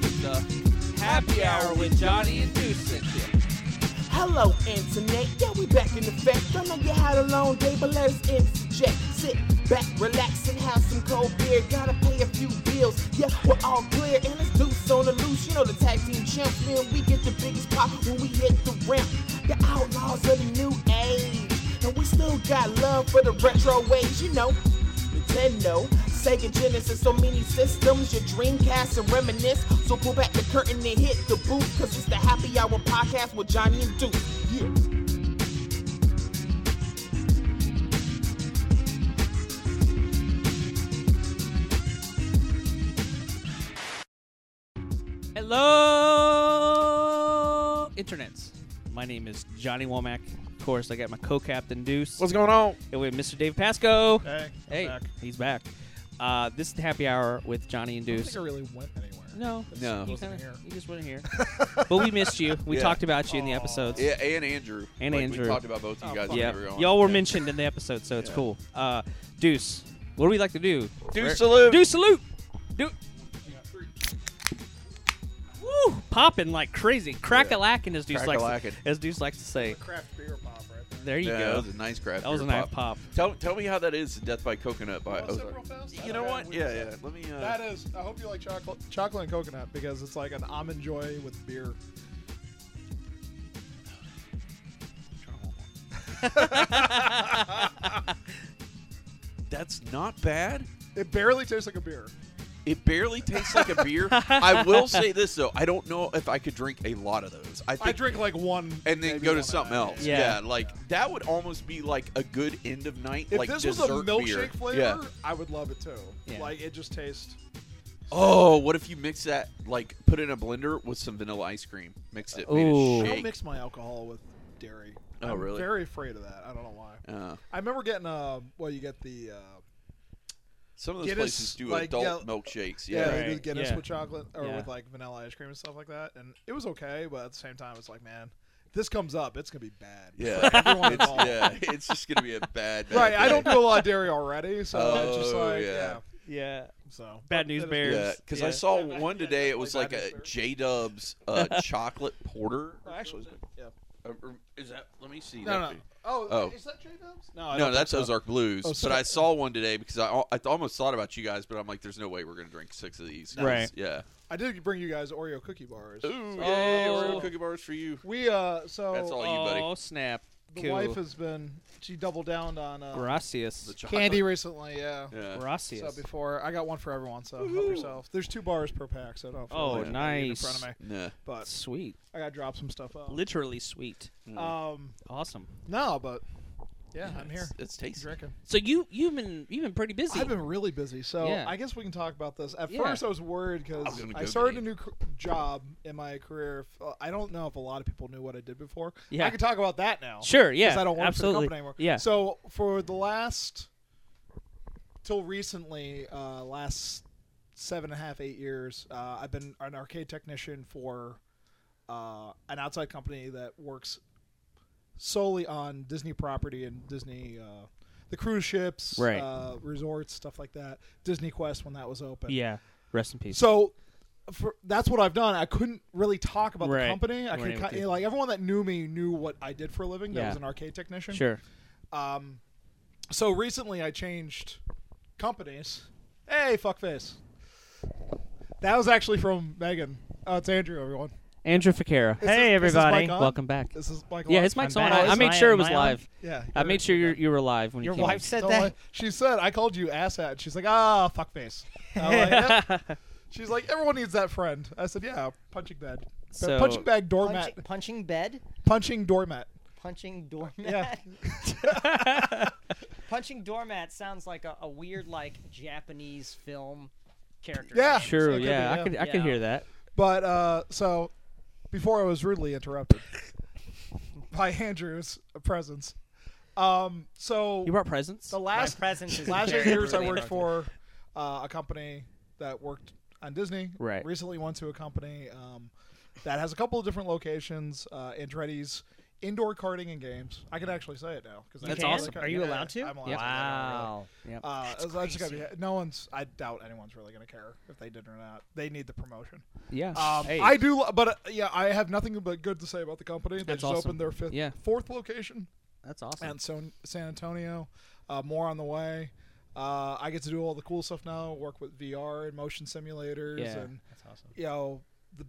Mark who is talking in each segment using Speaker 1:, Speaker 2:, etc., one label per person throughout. Speaker 1: the happy hour with Johnny and Deuce.
Speaker 2: Hello, internet. Yeah, we back in effect. I know you had a long day, but let us interject. Sit back, relax, and have some cold beer. Gotta pay a few bills. Yeah, we're all clear, and it's deuce on the loose. You know the tag team champs, man. We get the biggest pop when we hit the ramp. The outlaws of the new age, and we still got love for the retro ways. You know, Nintendo, Sega Genesis, so many systems, your Dreamcast and reminisce. So pull back the curtain and hit the booth, cause it's the Happy Hour podcast with Johnny and Duke. Yeah.
Speaker 1: Hello, internets. My name is Johnny Womack. Of course, I got my co-captain Deuce.
Speaker 3: What's going on?
Speaker 1: and we have Mr. Dave Pasco.
Speaker 3: Hey, I'm
Speaker 1: hey,
Speaker 3: back.
Speaker 1: he's back. Uh, this is the happy hour with Johnny and
Speaker 3: I don't think
Speaker 1: Deuce.
Speaker 3: I really went anywhere.
Speaker 1: No,
Speaker 3: It
Speaker 4: No.
Speaker 3: just wasn't
Speaker 1: Kinda-
Speaker 3: here.
Speaker 1: you just weren't here. but we missed you. We
Speaker 4: Yeah.
Speaker 1: talked about you in the
Speaker 3: Aw.
Speaker 1: episodes.
Speaker 4: Yeah, and Andrew.
Speaker 1: And
Speaker 4: Like,
Speaker 1: Andrew.
Speaker 4: We talked about both of you
Speaker 3: Oh,
Speaker 4: guys.
Speaker 3: fuck.
Speaker 4: when
Speaker 1: Yeah.
Speaker 4: we were on.
Speaker 1: Y'all were
Speaker 4: Yeah.
Speaker 1: mentioned in the episode, so it's
Speaker 4: Yeah.
Speaker 1: cool. Uh, Deuce, what do we like to do?
Speaker 4: Deuce
Speaker 1: Where-
Speaker 4: salute.
Speaker 1: Deuce salute. Deuce. Woo! Popping like crazy, crack a lacking as Deuce likes to,
Speaker 4: Crack-a-lackin'.
Speaker 1: as Deuce likes to say.
Speaker 3: Craft beer pop right there.
Speaker 1: There you
Speaker 4: Yeah,
Speaker 1: go.
Speaker 4: That was a nice craft.
Speaker 1: That was a
Speaker 4: beer
Speaker 1: nice pop.
Speaker 4: Tell, tell me how that is. Death by Coconut by
Speaker 3: You want some
Speaker 4: Ozark.
Speaker 3: real fast?
Speaker 4: You know
Speaker 3: Okay,
Speaker 4: what?
Speaker 3: we
Speaker 4: Yeah,
Speaker 3: can-
Speaker 4: yeah. Let me. Uh,
Speaker 3: That is. I hope you like chocolate, chocolate and coconut because it's like an almond joy with beer.
Speaker 4: that's not bad.
Speaker 3: It barely tastes like a beer.
Speaker 4: It barely tastes like a beer. I will say this though. I don't know if I could drink a lot of those. I, think,
Speaker 3: I drink like one,
Speaker 4: and then
Speaker 3: maybe
Speaker 4: go
Speaker 3: one
Speaker 4: to
Speaker 3: a
Speaker 4: something
Speaker 3: night.
Speaker 4: else.
Speaker 1: Yeah.
Speaker 4: Yeah. like that would almost be like a good end of night.
Speaker 3: If
Speaker 4: like
Speaker 3: this was a
Speaker 4: dessert
Speaker 3: milkshake
Speaker 4: beer.
Speaker 3: flavor,
Speaker 4: Yeah.
Speaker 3: I would love it too.
Speaker 1: Yeah.
Speaker 3: Like it just tastes.
Speaker 4: Oh, what if you mix that? Like put it in a blender with some vanilla ice cream. Mixed it. made it
Speaker 1: Ooh. I
Speaker 3: I
Speaker 4: shake.
Speaker 3: don't mix my alcohol with dairy.
Speaker 4: Oh,
Speaker 3: I'm
Speaker 4: really?
Speaker 3: Very afraid of that. I don't know why.
Speaker 4: Uh,
Speaker 3: I remember getting uh, well, you get the uh,
Speaker 4: some of those
Speaker 3: Guinness,
Speaker 4: places do
Speaker 3: like,
Speaker 4: adult
Speaker 3: yeah,
Speaker 4: milkshakes.
Speaker 3: Yeah,
Speaker 4: Yeah.
Speaker 3: they
Speaker 1: Right,
Speaker 3: did Guinness
Speaker 1: yeah.
Speaker 3: with chocolate or
Speaker 1: Yeah.
Speaker 3: with like vanilla ice cream and stuff like that, and it was okay. But at the same time, it's like, man, if this comes up, it's gonna be bad.
Speaker 4: Yeah.
Speaker 3: For everyone
Speaker 4: it's,
Speaker 3: involved.
Speaker 4: yeah, it's just gonna be a bad. bad
Speaker 3: Right, I
Speaker 4: day.
Speaker 3: don't do a lot of dairy already, so it's just
Speaker 4: Oh,
Speaker 3: like, yeah.
Speaker 4: yeah.
Speaker 1: Yeah.
Speaker 3: So
Speaker 1: Bad
Speaker 3: but
Speaker 1: news
Speaker 3: that is-
Speaker 1: bears.
Speaker 4: Yeah, because I
Speaker 1: Yeah.
Speaker 4: saw
Speaker 3: Yeah,
Speaker 4: one
Speaker 3: yeah,
Speaker 4: today.
Speaker 3: yeah,
Speaker 4: it was
Speaker 3: like
Speaker 4: like
Speaker 3: that
Speaker 4: a
Speaker 3: is fair.
Speaker 4: J Dub's uh, chocolate porter.
Speaker 3: Oh, Actually, it's good. yeah.
Speaker 4: Uh, or- Is that? Let me see.
Speaker 3: No,
Speaker 4: that
Speaker 3: no.
Speaker 4: thing.
Speaker 3: Oh,
Speaker 4: Oh.
Speaker 3: is that J Dubs? No, I
Speaker 4: No,
Speaker 3: don't
Speaker 4: that's
Speaker 3: think so.
Speaker 4: Ozark Blues.
Speaker 3: Oh,
Speaker 4: but
Speaker 3: sorry.
Speaker 4: I saw one today because I, al- I th- almost thought about you guys, but I'm like, there's no way we're gonna drink six of these. 'cause-
Speaker 1: Right.
Speaker 4: Yeah.
Speaker 3: I did bring you guys Oreo cookie bars.
Speaker 4: Ooh, yay,
Speaker 1: Oh.
Speaker 4: Oreo cookie bars for you.
Speaker 3: We uh, so
Speaker 4: That's all you, buddy.
Speaker 1: Oh snap!
Speaker 3: the
Speaker 1: Cool.
Speaker 3: wife has been she doubled down on uh,
Speaker 4: The
Speaker 1: Gracias.
Speaker 4: chocolate.
Speaker 3: candy recently. Yeah.
Speaker 4: Yeah.
Speaker 1: Gracias.
Speaker 3: So before I got one for everyone, so help yourself. There's two bars per pack, so I don't. feel
Speaker 1: Oh,
Speaker 3: like I need it in
Speaker 1: nice.
Speaker 3: front of me.
Speaker 4: Nah.
Speaker 3: But
Speaker 1: Sweet.
Speaker 3: I gotta drop some stuff up.
Speaker 1: Literally sweet.
Speaker 3: Um,
Speaker 1: Awesome.
Speaker 3: no, but yeah, I'm here
Speaker 4: It's, it's tasty.
Speaker 3: drinking.
Speaker 1: So you you've been you've been pretty busy.
Speaker 3: I've been really busy, so
Speaker 1: Yeah.
Speaker 3: I guess we can talk about this. At
Speaker 1: Yeah.
Speaker 3: first, I was worried
Speaker 4: I'm
Speaker 3: because
Speaker 4: gonna
Speaker 3: I
Speaker 4: go
Speaker 3: started
Speaker 4: get
Speaker 3: a new c- job in my career. If, uh, I don't know if a lot of people knew what I did before.
Speaker 1: Yeah.
Speaker 3: I can talk about that now.
Speaker 1: sure. Yeah.
Speaker 3: Because I don't work
Speaker 1: absolutely.
Speaker 3: for the company anymore.
Speaker 1: Yeah.
Speaker 3: So for the last, till recently, uh, last seven and a half, eight years, uh, I've been an arcade technician for uh, an outside company that works solely on Disney property and Disney, uh, the cruise ships,
Speaker 1: Right.
Speaker 3: uh, resorts, stuff like that. Disney Quest when that was open.
Speaker 1: yeah. Rest in peace.
Speaker 3: So for, that's what I've done. I couldn't really talk about
Speaker 1: Right.
Speaker 3: the company.
Speaker 1: You
Speaker 3: I could
Speaker 1: weren't able
Speaker 3: ki-
Speaker 1: to.
Speaker 3: like everyone that knew me knew what I did for a living. That
Speaker 1: Yeah.
Speaker 3: was an arcade technician.
Speaker 1: sure.
Speaker 3: Um, so recently I changed companies. Hey, fuckface. That was actually from Megan. Oh, it's Andrew, everyone.
Speaker 1: Andrew Ficara.
Speaker 3: Is
Speaker 1: Hey
Speaker 3: this- is this
Speaker 1: everybody.
Speaker 3: mic on?
Speaker 1: Welcome back.
Speaker 3: This is Michael.
Speaker 1: Yeah, his mic's
Speaker 5: I'm
Speaker 1: on.
Speaker 5: back.
Speaker 1: I, I
Speaker 5: Is
Speaker 1: made
Speaker 5: my-
Speaker 1: sure it was
Speaker 5: am I on?
Speaker 1: live.
Speaker 3: Yeah.
Speaker 1: I made sure you you were live when you
Speaker 5: Your
Speaker 1: came.
Speaker 5: wife said
Speaker 3: Don't lie.
Speaker 5: that.
Speaker 3: She said, I called you ass hat. She's like, ah, fuckface. I'm like, "Yep." She's like, everyone needs that friend. I said, yeah, punching bag.
Speaker 1: So-
Speaker 3: punching bag doormat.
Speaker 5: Punching, punching bed,
Speaker 3: punching doormat.
Speaker 5: punching
Speaker 3: Yeah.
Speaker 5: doormat. punching doormat sounds like a, a weird like Japanese film character.
Speaker 3: Yeah.
Speaker 5: name.
Speaker 1: Sure.
Speaker 3: It could
Speaker 1: Yeah.
Speaker 3: be,
Speaker 1: I could I could
Speaker 5: Yeah.
Speaker 1: hear that.
Speaker 3: But uh, so, before I was rudely interrupted by Andrew's presence, um, so
Speaker 1: You brought presents.
Speaker 3: the
Speaker 5: My
Speaker 3: last
Speaker 5: presence is
Speaker 3: last eight
Speaker 5: very
Speaker 3: years I
Speaker 5: rudely
Speaker 3: worked
Speaker 5: interrupted.
Speaker 3: for uh, a company that worked on Disney.
Speaker 1: Right.
Speaker 3: Recently went to a company um, that has a couple of different locations. Uh, Andretti's indoor karting and games. I can actually say it now because
Speaker 1: That's
Speaker 5: can?
Speaker 1: awesome.
Speaker 5: Are you allowed to?
Speaker 3: I'm allowed
Speaker 1: Yeah.
Speaker 3: to.
Speaker 5: Wow.
Speaker 1: Yeah.
Speaker 3: Uh, so that's gonna be- no one's. I doubt anyone's really gonna care if they did or not. They need the promotion.
Speaker 1: Yeah.
Speaker 3: Um,
Speaker 1: Hey.
Speaker 3: I do, lo- but uh, yeah, I have nothing but good to say about the company. They
Speaker 1: That's
Speaker 3: just
Speaker 1: awesome.
Speaker 3: opened their fifth,
Speaker 1: Yeah.
Speaker 3: fourth location,
Speaker 1: That's awesome.
Speaker 3: and so San Antonio. Uh, more on the way. Uh, I get to do all the cool stuff now. Work with VR and motion simulators,
Speaker 1: Yeah.
Speaker 3: and
Speaker 5: That's awesome.
Speaker 3: you know the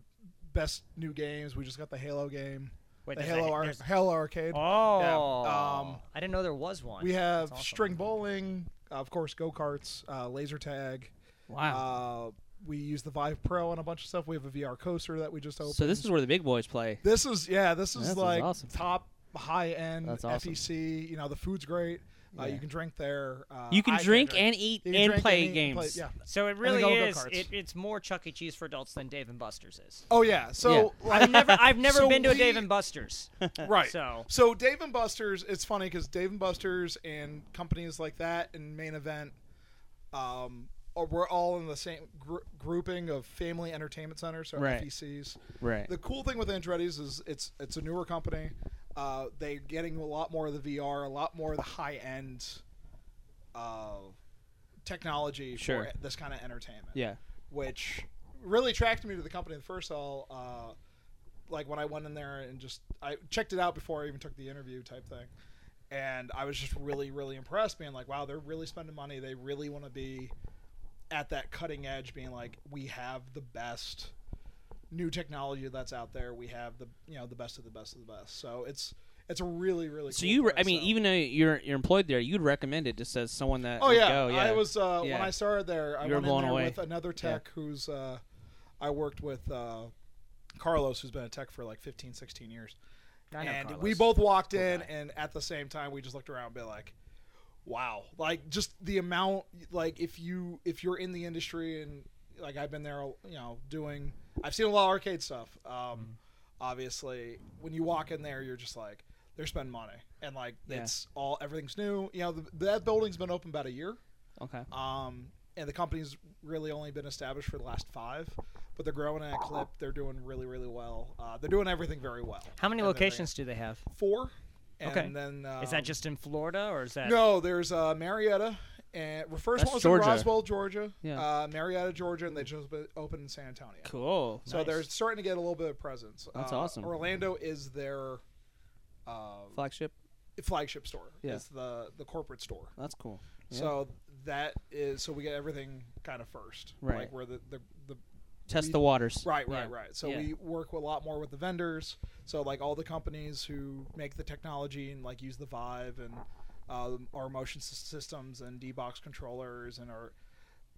Speaker 3: best new games. We just got the Halo game,
Speaker 5: Wait,
Speaker 3: the
Speaker 5: there's a-
Speaker 3: Halo, Ar-
Speaker 5: there's-
Speaker 3: Halo Arcade.
Speaker 5: Oh,
Speaker 3: Yeah, um,
Speaker 5: I didn't know there was one.
Speaker 3: We have
Speaker 5: That's awesome.
Speaker 3: string bowling, of course, go karts, uh, laser tag.
Speaker 1: wow.
Speaker 3: Uh, we use the Vive Pro on a bunch of stuff. We have a VR coaster that we just opened.
Speaker 1: so this is where the big boys play.
Speaker 3: This is yeah. This is
Speaker 1: This is
Speaker 3: like
Speaker 1: awesome.
Speaker 3: top high end
Speaker 1: That's awesome.
Speaker 3: FEC. You know the food's great. Uh,
Speaker 1: Yeah.
Speaker 3: You can drink there. Uh,
Speaker 1: You can
Speaker 3: I can't
Speaker 1: drink and eat
Speaker 3: You can
Speaker 1: and
Speaker 3: drink
Speaker 1: play
Speaker 3: eat and
Speaker 1: games.
Speaker 3: yeah.
Speaker 5: So it
Speaker 3: they
Speaker 5: really
Speaker 3: go to
Speaker 5: is.
Speaker 3: go-karts.
Speaker 5: It, it's more Chuck E. Cheese for adults than Dave and Buster's is.
Speaker 3: Oh yeah. So
Speaker 5: I've never, I've never
Speaker 3: So
Speaker 5: been to a
Speaker 3: we-
Speaker 5: Dave and Buster's.
Speaker 3: right.
Speaker 5: So
Speaker 3: So Dave and Buster's, it's funny because Dave and Buster's and companies like that and Main Event, um, are- we're all in the same gr- grouping of family entertainment centers, so
Speaker 1: Right.
Speaker 3: FECs.
Speaker 1: Right.
Speaker 3: The cool thing with Andretti's is it's it's a newer company. Uh, they're getting a lot more of the VR, a lot more of the high end, uh, technology
Speaker 1: Sure.
Speaker 3: for this kind of entertainment
Speaker 1: yeah.
Speaker 3: which really attracted me to the company. The first of all, uh, like when I went in there and just I checked it out before I even took the interview type thing, and I was just really really impressed, being like, wow, they're really spending money. They really want to be at that cutting edge, being like, we have the best new technology that's out there. We have the you know the best of the best of the best. So it's it's a really really.
Speaker 1: So
Speaker 3: cool
Speaker 1: you, re- I
Speaker 3: place,
Speaker 1: mean,
Speaker 3: so.
Speaker 1: even though you're you're employed there, you'd recommend it just as someone that.
Speaker 3: Oh
Speaker 1: would
Speaker 3: yeah.
Speaker 1: go, yeah.
Speaker 3: I was uh, when
Speaker 1: Yeah.
Speaker 3: I started there. I
Speaker 1: You were
Speaker 3: went in
Speaker 1: blown
Speaker 3: there
Speaker 1: away.
Speaker 3: with another tech who's uh, I worked with uh, Carlos, who's been a tech for like 15, 16 years,
Speaker 5: I know
Speaker 3: and
Speaker 5: Carlos.
Speaker 3: we both walked in,
Speaker 5: guy.
Speaker 3: and at the same time, we just looked around and be like, "Wow!" Like just the amount. Like if you if you're in the industry and like I've been there, you know, doing. I've seen a lot of arcade stuff. Um,
Speaker 5: Mm-hmm.
Speaker 3: Obviously, when you walk in there, you're just like. They're spending money, and like
Speaker 1: Yeah.
Speaker 3: it's all everything's new. You know, the, that building's been open about a year.
Speaker 1: Okay.
Speaker 3: Um, and the company's really only been established for the last five, but they're growing at a clip. They're doing really, really well. Uh, they're doing everything very well.
Speaker 5: how many
Speaker 3: And they're doing
Speaker 5: locations do they have?
Speaker 3: Four. And
Speaker 5: Okay.
Speaker 3: then um,
Speaker 5: Is that just in Florida or is that?
Speaker 3: no? There's uh, Marietta, and well, first
Speaker 1: That's
Speaker 3: one was
Speaker 1: Georgia.
Speaker 3: in Roswell, Georgia.
Speaker 1: Yeah.
Speaker 3: Uh, Marietta, Georgia, and they just op- opened in San Antonio.
Speaker 1: Cool.
Speaker 3: So
Speaker 5: Nice.
Speaker 3: they're starting to get a little bit of presence.
Speaker 1: That's
Speaker 3: Uh,
Speaker 1: awesome.
Speaker 3: Orlando is their uh,
Speaker 1: Flagship.
Speaker 3: flagship store.
Speaker 1: Yeah.
Speaker 3: It's the the corporate store.
Speaker 1: That's cool. Yeah.
Speaker 3: So that is so we get everything kind of first,
Speaker 1: Right.
Speaker 3: Like we're the, the, the
Speaker 1: test
Speaker 3: we-
Speaker 1: the waters.
Speaker 3: right, right,
Speaker 1: Yeah.
Speaker 3: right. So
Speaker 1: Yeah.
Speaker 3: we work a lot more with the vendors. So like all the companies who make the technology and like use the Vive and uh, our motion s- systems and D box controllers and our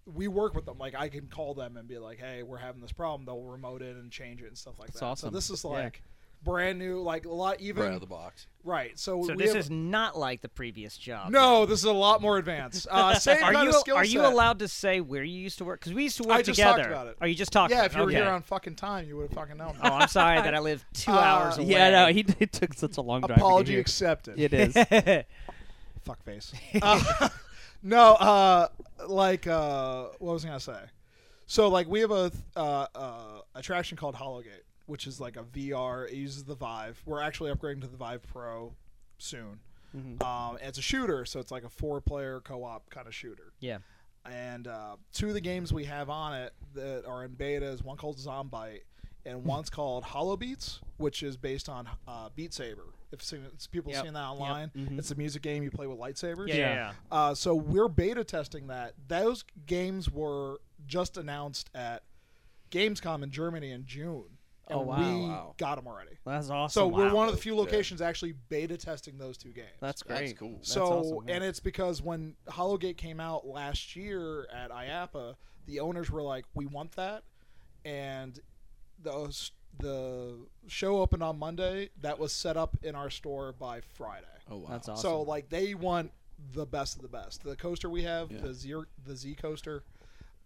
Speaker 3: we work with them. Like I can call them and be like, "Hey, we're having this problem." They'll remote it and change it and stuff like
Speaker 1: That's
Speaker 3: that.
Speaker 1: awesome.
Speaker 3: So this is
Speaker 1: Yeah.
Speaker 3: like brand new, like a lot even
Speaker 4: right out of the box.
Speaker 3: right. So,
Speaker 5: So
Speaker 3: we
Speaker 5: this
Speaker 3: have-
Speaker 5: is not like the previous job.
Speaker 3: no, this is a lot more advanced. Uh, same
Speaker 5: Are
Speaker 3: kind
Speaker 5: you
Speaker 3: of skill
Speaker 5: are
Speaker 3: set.
Speaker 5: you allowed to say where you used to work? Because we used to work
Speaker 3: I just
Speaker 5: together.
Speaker 3: talked about it.
Speaker 5: Are you just talking?
Speaker 3: Yeah, if you were
Speaker 5: okay.
Speaker 3: here on fucking time, you would have fucking known.
Speaker 5: Oh, I'm sorry that I live two
Speaker 3: Uh,
Speaker 5: hours away.
Speaker 1: Yeah, no, he, it took such a long drive. to get
Speaker 3: Apology
Speaker 1: here.
Speaker 3: accepted.
Speaker 1: It is.
Speaker 3: Fuckface. Uh, no, uh, like, uh, what was I gonna say? So, like, we have a th- uh, uh, attraction called Hollowgate, which is like a VR. It uses the Vive. We're actually upgrading to the Vive Pro soon. Um, and it's a shooter, so it's like a four-player co-op kind of shooter.
Speaker 5: yeah.
Speaker 3: and uh, two of the games we have on it that are in beta is one called Zombite and
Speaker 5: Hmm.
Speaker 3: one's called Hollow Beats, which is based on uh, Beat Saber. If seen- it's people
Speaker 5: Yep. Mm-hmm.
Speaker 3: seen that online, it's a music game you play with lightsabers.
Speaker 5: Yeah, yeah, yeah.
Speaker 3: Uh, so we're beta testing that. Those games were just announced at Gamescom in Germany in June.
Speaker 1: Oh,
Speaker 3: and
Speaker 1: wow.
Speaker 3: We
Speaker 4: Wow.
Speaker 3: got them already.
Speaker 1: That's
Speaker 3: So
Speaker 1: awesome.
Speaker 3: we're one of the
Speaker 4: Wow.
Speaker 3: few
Speaker 4: Yeah.
Speaker 3: locations actually beta testing those two games.
Speaker 1: That's great.
Speaker 4: That's cool.
Speaker 1: That's
Speaker 3: So
Speaker 1: awesome, yeah.
Speaker 3: and it's because when Hollowgate came out last year at IAPA, the owners were like, "We want that," and the the show opened on Monday. That was set up in our store by Friday.
Speaker 4: Oh wow.
Speaker 1: That's awesome.
Speaker 3: So like they want the best of the best. The coaster we have,
Speaker 4: Yeah.
Speaker 3: the Z the Z coaster,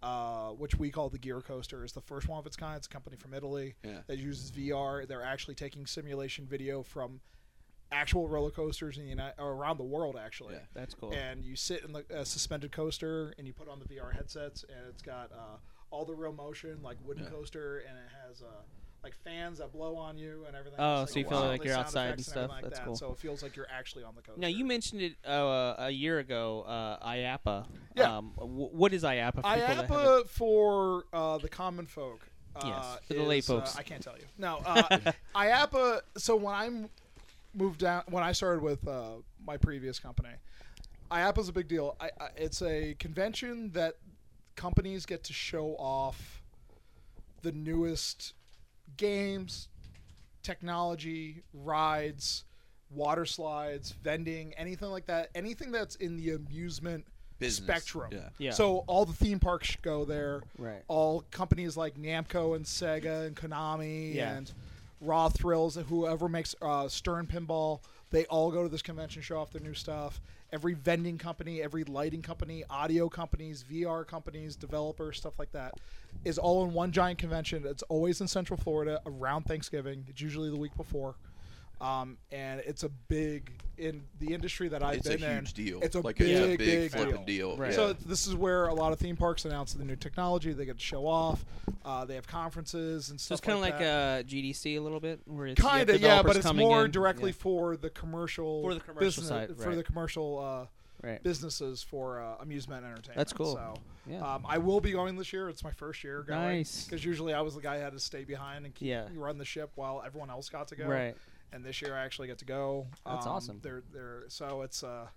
Speaker 3: uh, which we call the Gear Coaster, is the first one of its kind. It's a company from Italy
Speaker 4: Yeah.
Speaker 3: that uses VR. They're actually taking simulation video from actual roller coasters in the United, or around the world actually.
Speaker 4: Yeah.
Speaker 1: That's cool.
Speaker 3: And you sit in the uh, suspended coaster and you put on the VR headsets and it's got uh, all the real motion like wooden
Speaker 4: Yeah.
Speaker 3: coaster and it has uh, like fans that blow on you and everything.
Speaker 1: Oh,
Speaker 3: It's
Speaker 1: so you
Speaker 3: like
Speaker 1: feel
Speaker 3: all
Speaker 1: like
Speaker 3: these
Speaker 1: you're
Speaker 3: sound
Speaker 1: outside and
Speaker 3: effects
Speaker 1: stuff.
Speaker 3: everything
Speaker 1: That's
Speaker 3: that,
Speaker 1: cool.
Speaker 3: So it feels like you're actually on the coast.
Speaker 1: Now you mentioned it uh, a year ago, uh, IAPA.
Speaker 3: Yeah.
Speaker 1: Um, w- what is IAPA? For people that haven't-
Speaker 3: IAPA for uh, the common folk. Uh,
Speaker 1: Yes, for the lay
Speaker 3: is, uh,
Speaker 1: folks.
Speaker 3: I can't tell you. No, uh, IAPA. So when I m- moved down, when I started with uh, my previous company, IAPA is a big deal. I, I, it's a convention that companies get to show off the newest games, technology, rides, water slides, vending, anything like that. Anything that's in the amusement
Speaker 4: Business,
Speaker 3: spectrum.
Speaker 4: yeah.
Speaker 1: Yeah.
Speaker 3: So all the theme parks should go there.
Speaker 1: Right.
Speaker 3: All companies like Namco and Sega and Konami
Speaker 1: Yeah.
Speaker 3: and Raw Thrills and whoever makes uh, Stern Pinball, they all go to this convention, show off their new stuff. Every vending company, every lighting company, audio companies, VR companies, developers, stuff like that, is all in one giant convention. It's always in Central Florida around Thanksgiving. It's usually the week before. Um, and it's a big in the industry that I've
Speaker 4: It's a
Speaker 3: been in.
Speaker 4: huge deal.
Speaker 3: It's a
Speaker 4: like
Speaker 3: big,
Speaker 4: it's a big,
Speaker 3: big
Speaker 4: flipping deal.
Speaker 1: Right.
Speaker 4: Yeah.
Speaker 3: so this is where a lot of theme parks announce the new technology. They get to show off. Uh, they have conferences and
Speaker 1: So
Speaker 3: stuff.
Speaker 1: it's kind of like,
Speaker 3: that.
Speaker 1: uh, GDC a little bit, where it's you have
Speaker 3: Kinda, yeah,
Speaker 1: developers
Speaker 3: but it's
Speaker 1: coming
Speaker 3: more
Speaker 1: in.
Speaker 3: directly
Speaker 1: Yeah.
Speaker 3: for the commercial
Speaker 1: For the commercial
Speaker 3: business,
Speaker 1: side,
Speaker 3: for
Speaker 1: right.
Speaker 3: the commercial uh,
Speaker 1: Right.
Speaker 3: businesses for uh, amusement and entertainment.
Speaker 1: That's cool.
Speaker 3: So
Speaker 1: Yeah.
Speaker 3: um, I will be going this year. It's my first year going.
Speaker 1: Nice.
Speaker 3: Because usually I was the guy who had to stay behind and keep
Speaker 1: Yeah.
Speaker 3: run the ship while everyone else got to go.
Speaker 1: Right.
Speaker 3: And this year I actually get to go.
Speaker 1: That's
Speaker 3: Um,
Speaker 1: awesome.
Speaker 3: They're, they're, so it's uh,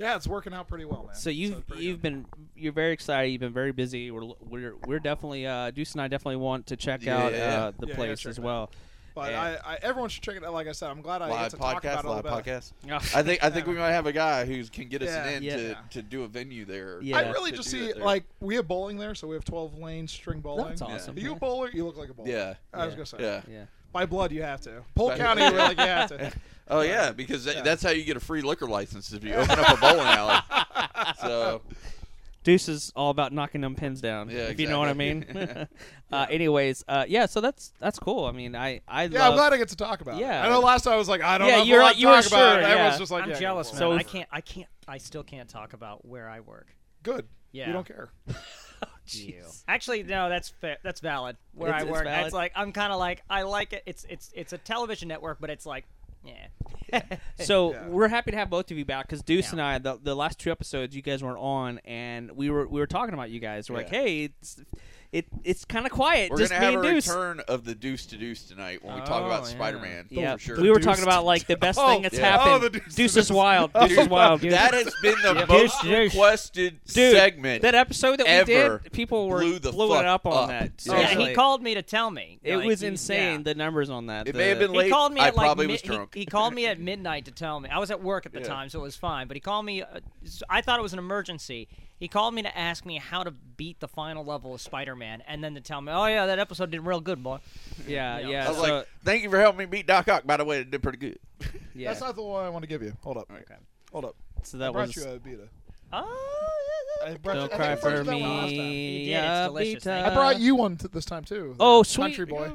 Speaker 3: yeah, it's working out pretty well, man.
Speaker 1: So you've
Speaker 3: it's pretty
Speaker 1: you've
Speaker 3: good.
Speaker 1: been you're very excited. You've been very busy. We're we're, we're definitely uh, Deuce and I definitely want to check
Speaker 4: Yeah,
Speaker 1: out
Speaker 4: yeah,
Speaker 1: Uh, the
Speaker 3: yeah,
Speaker 1: place
Speaker 3: check
Speaker 1: as
Speaker 3: it out.
Speaker 1: well.
Speaker 3: But
Speaker 1: Yeah.
Speaker 3: I, I, everyone should check it out. Like I said, I'm glad I get
Speaker 4: live
Speaker 3: Oh, to talk about
Speaker 4: podcast,
Speaker 3: it a
Speaker 4: live
Speaker 3: little bit.
Speaker 4: podcast. I think I think we
Speaker 3: Yeah.
Speaker 4: might have a guy who can get us
Speaker 3: Yeah.
Speaker 4: an in
Speaker 1: Yeah.
Speaker 4: to, to do a venue there.
Speaker 1: Yeah.
Speaker 3: I really
Speaker 4: to
Speaker 3: just
Speaker 4: do
Speaker 3: see
Speaker 4: it there.
Speaker 3: like we have bowling there, so we have 12 lane string bowling.
Speaker 1: That's awesome.
Speaker 3: Are you a bowler? You look like a bowler.
Speaker 4: yeah,
Speaker 3: I was
Speaker 1: Yeah.
Speaker 3: gonna say.
Speaker 4: yeah.
Speaker 1: Yeah.
Speaker 3: By blood, you have to. Polk
Speaker 4: By-
Speaker 3: County, we're like you have to.
Speaker 4: Oh yeah, because that,
Speaker 3: Yeah.
Speaker 4: that's how you get a free liquor license if you open up a bowling alley. So
Speaker 1: Deuce is all about knocking them pins down.
Speaker 4: Yeah,
Speaker 1: if you know what I mean.
Speaker 4: exactly.
Speaker 1: uh, anyways, uh, yeah. So that's that's cool. I mean, I I
Speaker 3: Yeah,
Speaker 1: love,
Speaker 3: I'm glad I get to talk about
Speaker 1: Yeah.
Speaker 3: it. I know last time I was like, I don't
Speaker 1: Yeah,
Speaker 3: know if
Speaker 1: you're-
Speaker 3: I want to
Speaker 1: you were
Speaker 3: talk about
Speaker 1: sure,
Speaker 3: it.
Speaker 1: yeah.
Speaker 3: Everyone's just like,
Speaker 5: I'm
Speaker 3: yeah, go
Speaker 5: jealous,
Speaker 3: for it.
Speaker 5: man.
Speaker 1: So
Speaker 5: I
Speaker 1: if-
Speaker 5: can't. I can't. I still can't talk about where I work.
Speaker 3: Good.
Speaker 5: Yeah.
Speaker 3: You don't care.
Speaker 5: You. Actually, no, that's fair. That's valid. Where
Speaker 1: It's-
Speaker 5: I
Speaker 1: it's
Speaker 5: work,
Speaker 1: valid.
Speaker 5: it's like I'm kind of like I like it. It's it's it's a television network, but it's like, yeah.
Speaker 1: So
Speaker 3: Yeah.
Speaker 1: we're happy to have both of you back because Deuce
Speaker 5: Yeah.
Speaker 1: and I, the, the last two episodes, you guys weren't on, and we were we were talking about you guys. We're like,
Speaker 4: Yeah.
Speaker 1: hey, it's it it's kind of quiet,
Speaker 4: we're
Speaker 1: just me
Speaker 4: gonna have
Speaker 1: and
Speaker 4: a
Speaker 1: Deuce.
Speaker 4: return of the Deuce to Deuce tonight when we talk
Speaker 5: Oh,
Speaker 4: about
Speaker 5: yeah.
Speaker 4: Spider-Man.
Speaker 1: Yeah,
Speaker 4: for sure.
Speaker 1: we were
Speaker 3: Deuce
Speaker 1: talking
Speaker 3: to
Speaker 1: about like the best thing that's
Speaker 4: yeah.
Speaker 1: happened.
Speaker 3: Oh, the Deuce
Speaker 1: Deuce,
Speaker 3: to
Speaker 1: is
Speaker 3: Deuce.
Speaker 1: wild. Deuce is wild. Dude,
Speaker 4: That has been the
Speaker 1: Yeah.
Speaker 4: most
Speaker 1: Deuce to Deuce.
Speaker 4: requested
Speaker 1: Dude,
Speaker 4: segment.
Speaker 1: that episode that we
Speaker 4: ever
Speaker 1: did, people were
Speaker 4: blew the
Speaker 1: it
Speaker 4: fuck
Speaker 1: up on
Speaker 4: up.
Speaker 1: that.
Speaker 4: Yeah.
Speaker 5: yeah,
Speaker 1: Seriously.
Speaker 5: he called me to tell me.
Speaker 1: It
Speaker 5: Like,
Speaker 1: was
Speaker 5: he-
Speaker 1: insane.
Speaker 5: yeah.
Speaker 1: The numbers on that.
Speaker 4: It
Speaker 1: The-
Speaker 4: may have been
Speaker 5: He
Speaker 4: late.
Speaker 5: called me
Speaker 4: I
Speaker 5: at like
Speaker 4: probably
Speaker 5: mi-
Speaker 4: was
Speaker 5: he-
Speaker 4: drunk.
Speaker 5: He, called me at midnight to tell me. I was at work at the
Speaker 4: Yeah.
Speaker 5: time, so it was fine. But he called me. Uh, s- I thought it was an emergency. He called me to ask me how to beat the final level of Spider-Man, and then to tell me, "Oh yeah, that episode did real good, boy."
Speaker 1: Yeah,
Speaker 5: Yeah.
Speaker 1: yeah.
Speaker 4: I was
Speaker 1: so,
Speaker 4: like, "Thank you for helping me beat Doc Ock." By the way, it did pretty good.
Speaker 1: yeah.
Speaker 3: That's not the one I want to give you. Hold up.
Speaker 4: Okay.
Speaker 3: Hold up.
Speaker 1: so
Speaker 3: I
Speaker 1: that
Speaker 3: brought
Speaker 1: was.
Speaker 3: you a Beta.
Speaker 5: Oh, yeah, yeah.
Speaker 3: I brought you,
Speaker 1: Don't
Speaker 3: I
Speaker 1: cry
Speaker 3: think I brought
Speaker 1: for
Speaker 3: you that one last time.
Speaker 1: me.
Speaker 5: You did, it's
Speaker 1: uh,
Speaker 5: delicious,
Speaker 1: Beta.
Speaker 5: thank
Speaker 3: I brought you one to this time too.
Speaker 1: Oh,
Speaker 3: the
Speaker 1: sweet.
Speaker 3: Country boy.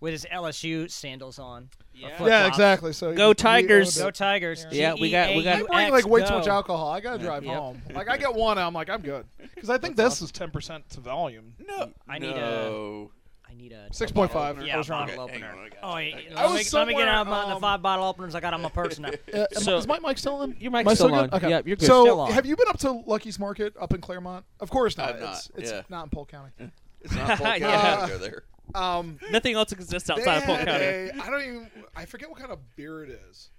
Speaker 5: with his LSU sandals on.
Speaker 1: Yeah.
Speaker 5: Flip-flops.
Speaker 3: Yeah, exactly. So
Speaker 1: Go
Speaker 3: we
Speaker 1: Tigers.
Speaker 3: owned
Speaker 5: Go
Speaker 3: it.
Speaker 5: Tigers. E
Speaker 1: Yeah, we got- we got-
Speaker 3: I bring like way too much
Speaker 5: G-E-A-X, go.
Speaker 3: alcohol. I gotta drive
Speaker 1: Yep.
Speaker 3: home. Like I get one, I'm like I'm good. Because I think this is ten percent to volume.
Speaker 4: No,
Speaker 5: I need a-
Speaker 4: no.
Speaker 5: I need a
Speaker 3: Six point five.
Speaker 5: Yeah,
Speaker 3: was wrong.
Speaker 5: bottle
Speaker 4: Okay, hang
Speaker 5: opener.
Speaker 4: on, I got
Speaker 5: Oh,
Speaker 4: you,
Speaker 5: yeah,
Speaker 4: I got
Speaker 5: yeah.
Speaker 4: you.
Speaker 5: let,
Speaker 3: was
Speaker 5: me, let me get
Speaker 3: somewhere,
Speaker 5: out my, the
Speaker 3: um,
Speaker 5: five bottle openers I got on my purse now.
Speaker 3: Uh, am-
Speaker 1: So-
Speaker 3: is my mic still on?
Speaker 1: Your mic's
Speaker 3: Am I
Speaker 1: still
Speaker 3: good?
Speaker 1: on.
Speaker 3: Okay.
Speaker 1: Yep, you're good.
Speaker 3: So,
Speaker 5: Still on.
Speaker 3: have you been up to Lucky's Market up in Claremont? Of course not.
Speaker 4: I've
Speaker 3: It's,
Speaker 4: not,
Speaker 3: it's
Speaker 4: yeah.
Speaker 3: not in Polk County.
Speaker 4: It's not Polk
Speaker 1: Yeah.
Speaker 4: County. I go there.
Speaker 3: Um,
Speaker 1: Nothing else exists
Speaker 3: they
Speaker 1: outside of Polk
Speaker 3: had
Speaker 1: County.
Speaker 3: a- I don't even. I forget what kind of beer it is,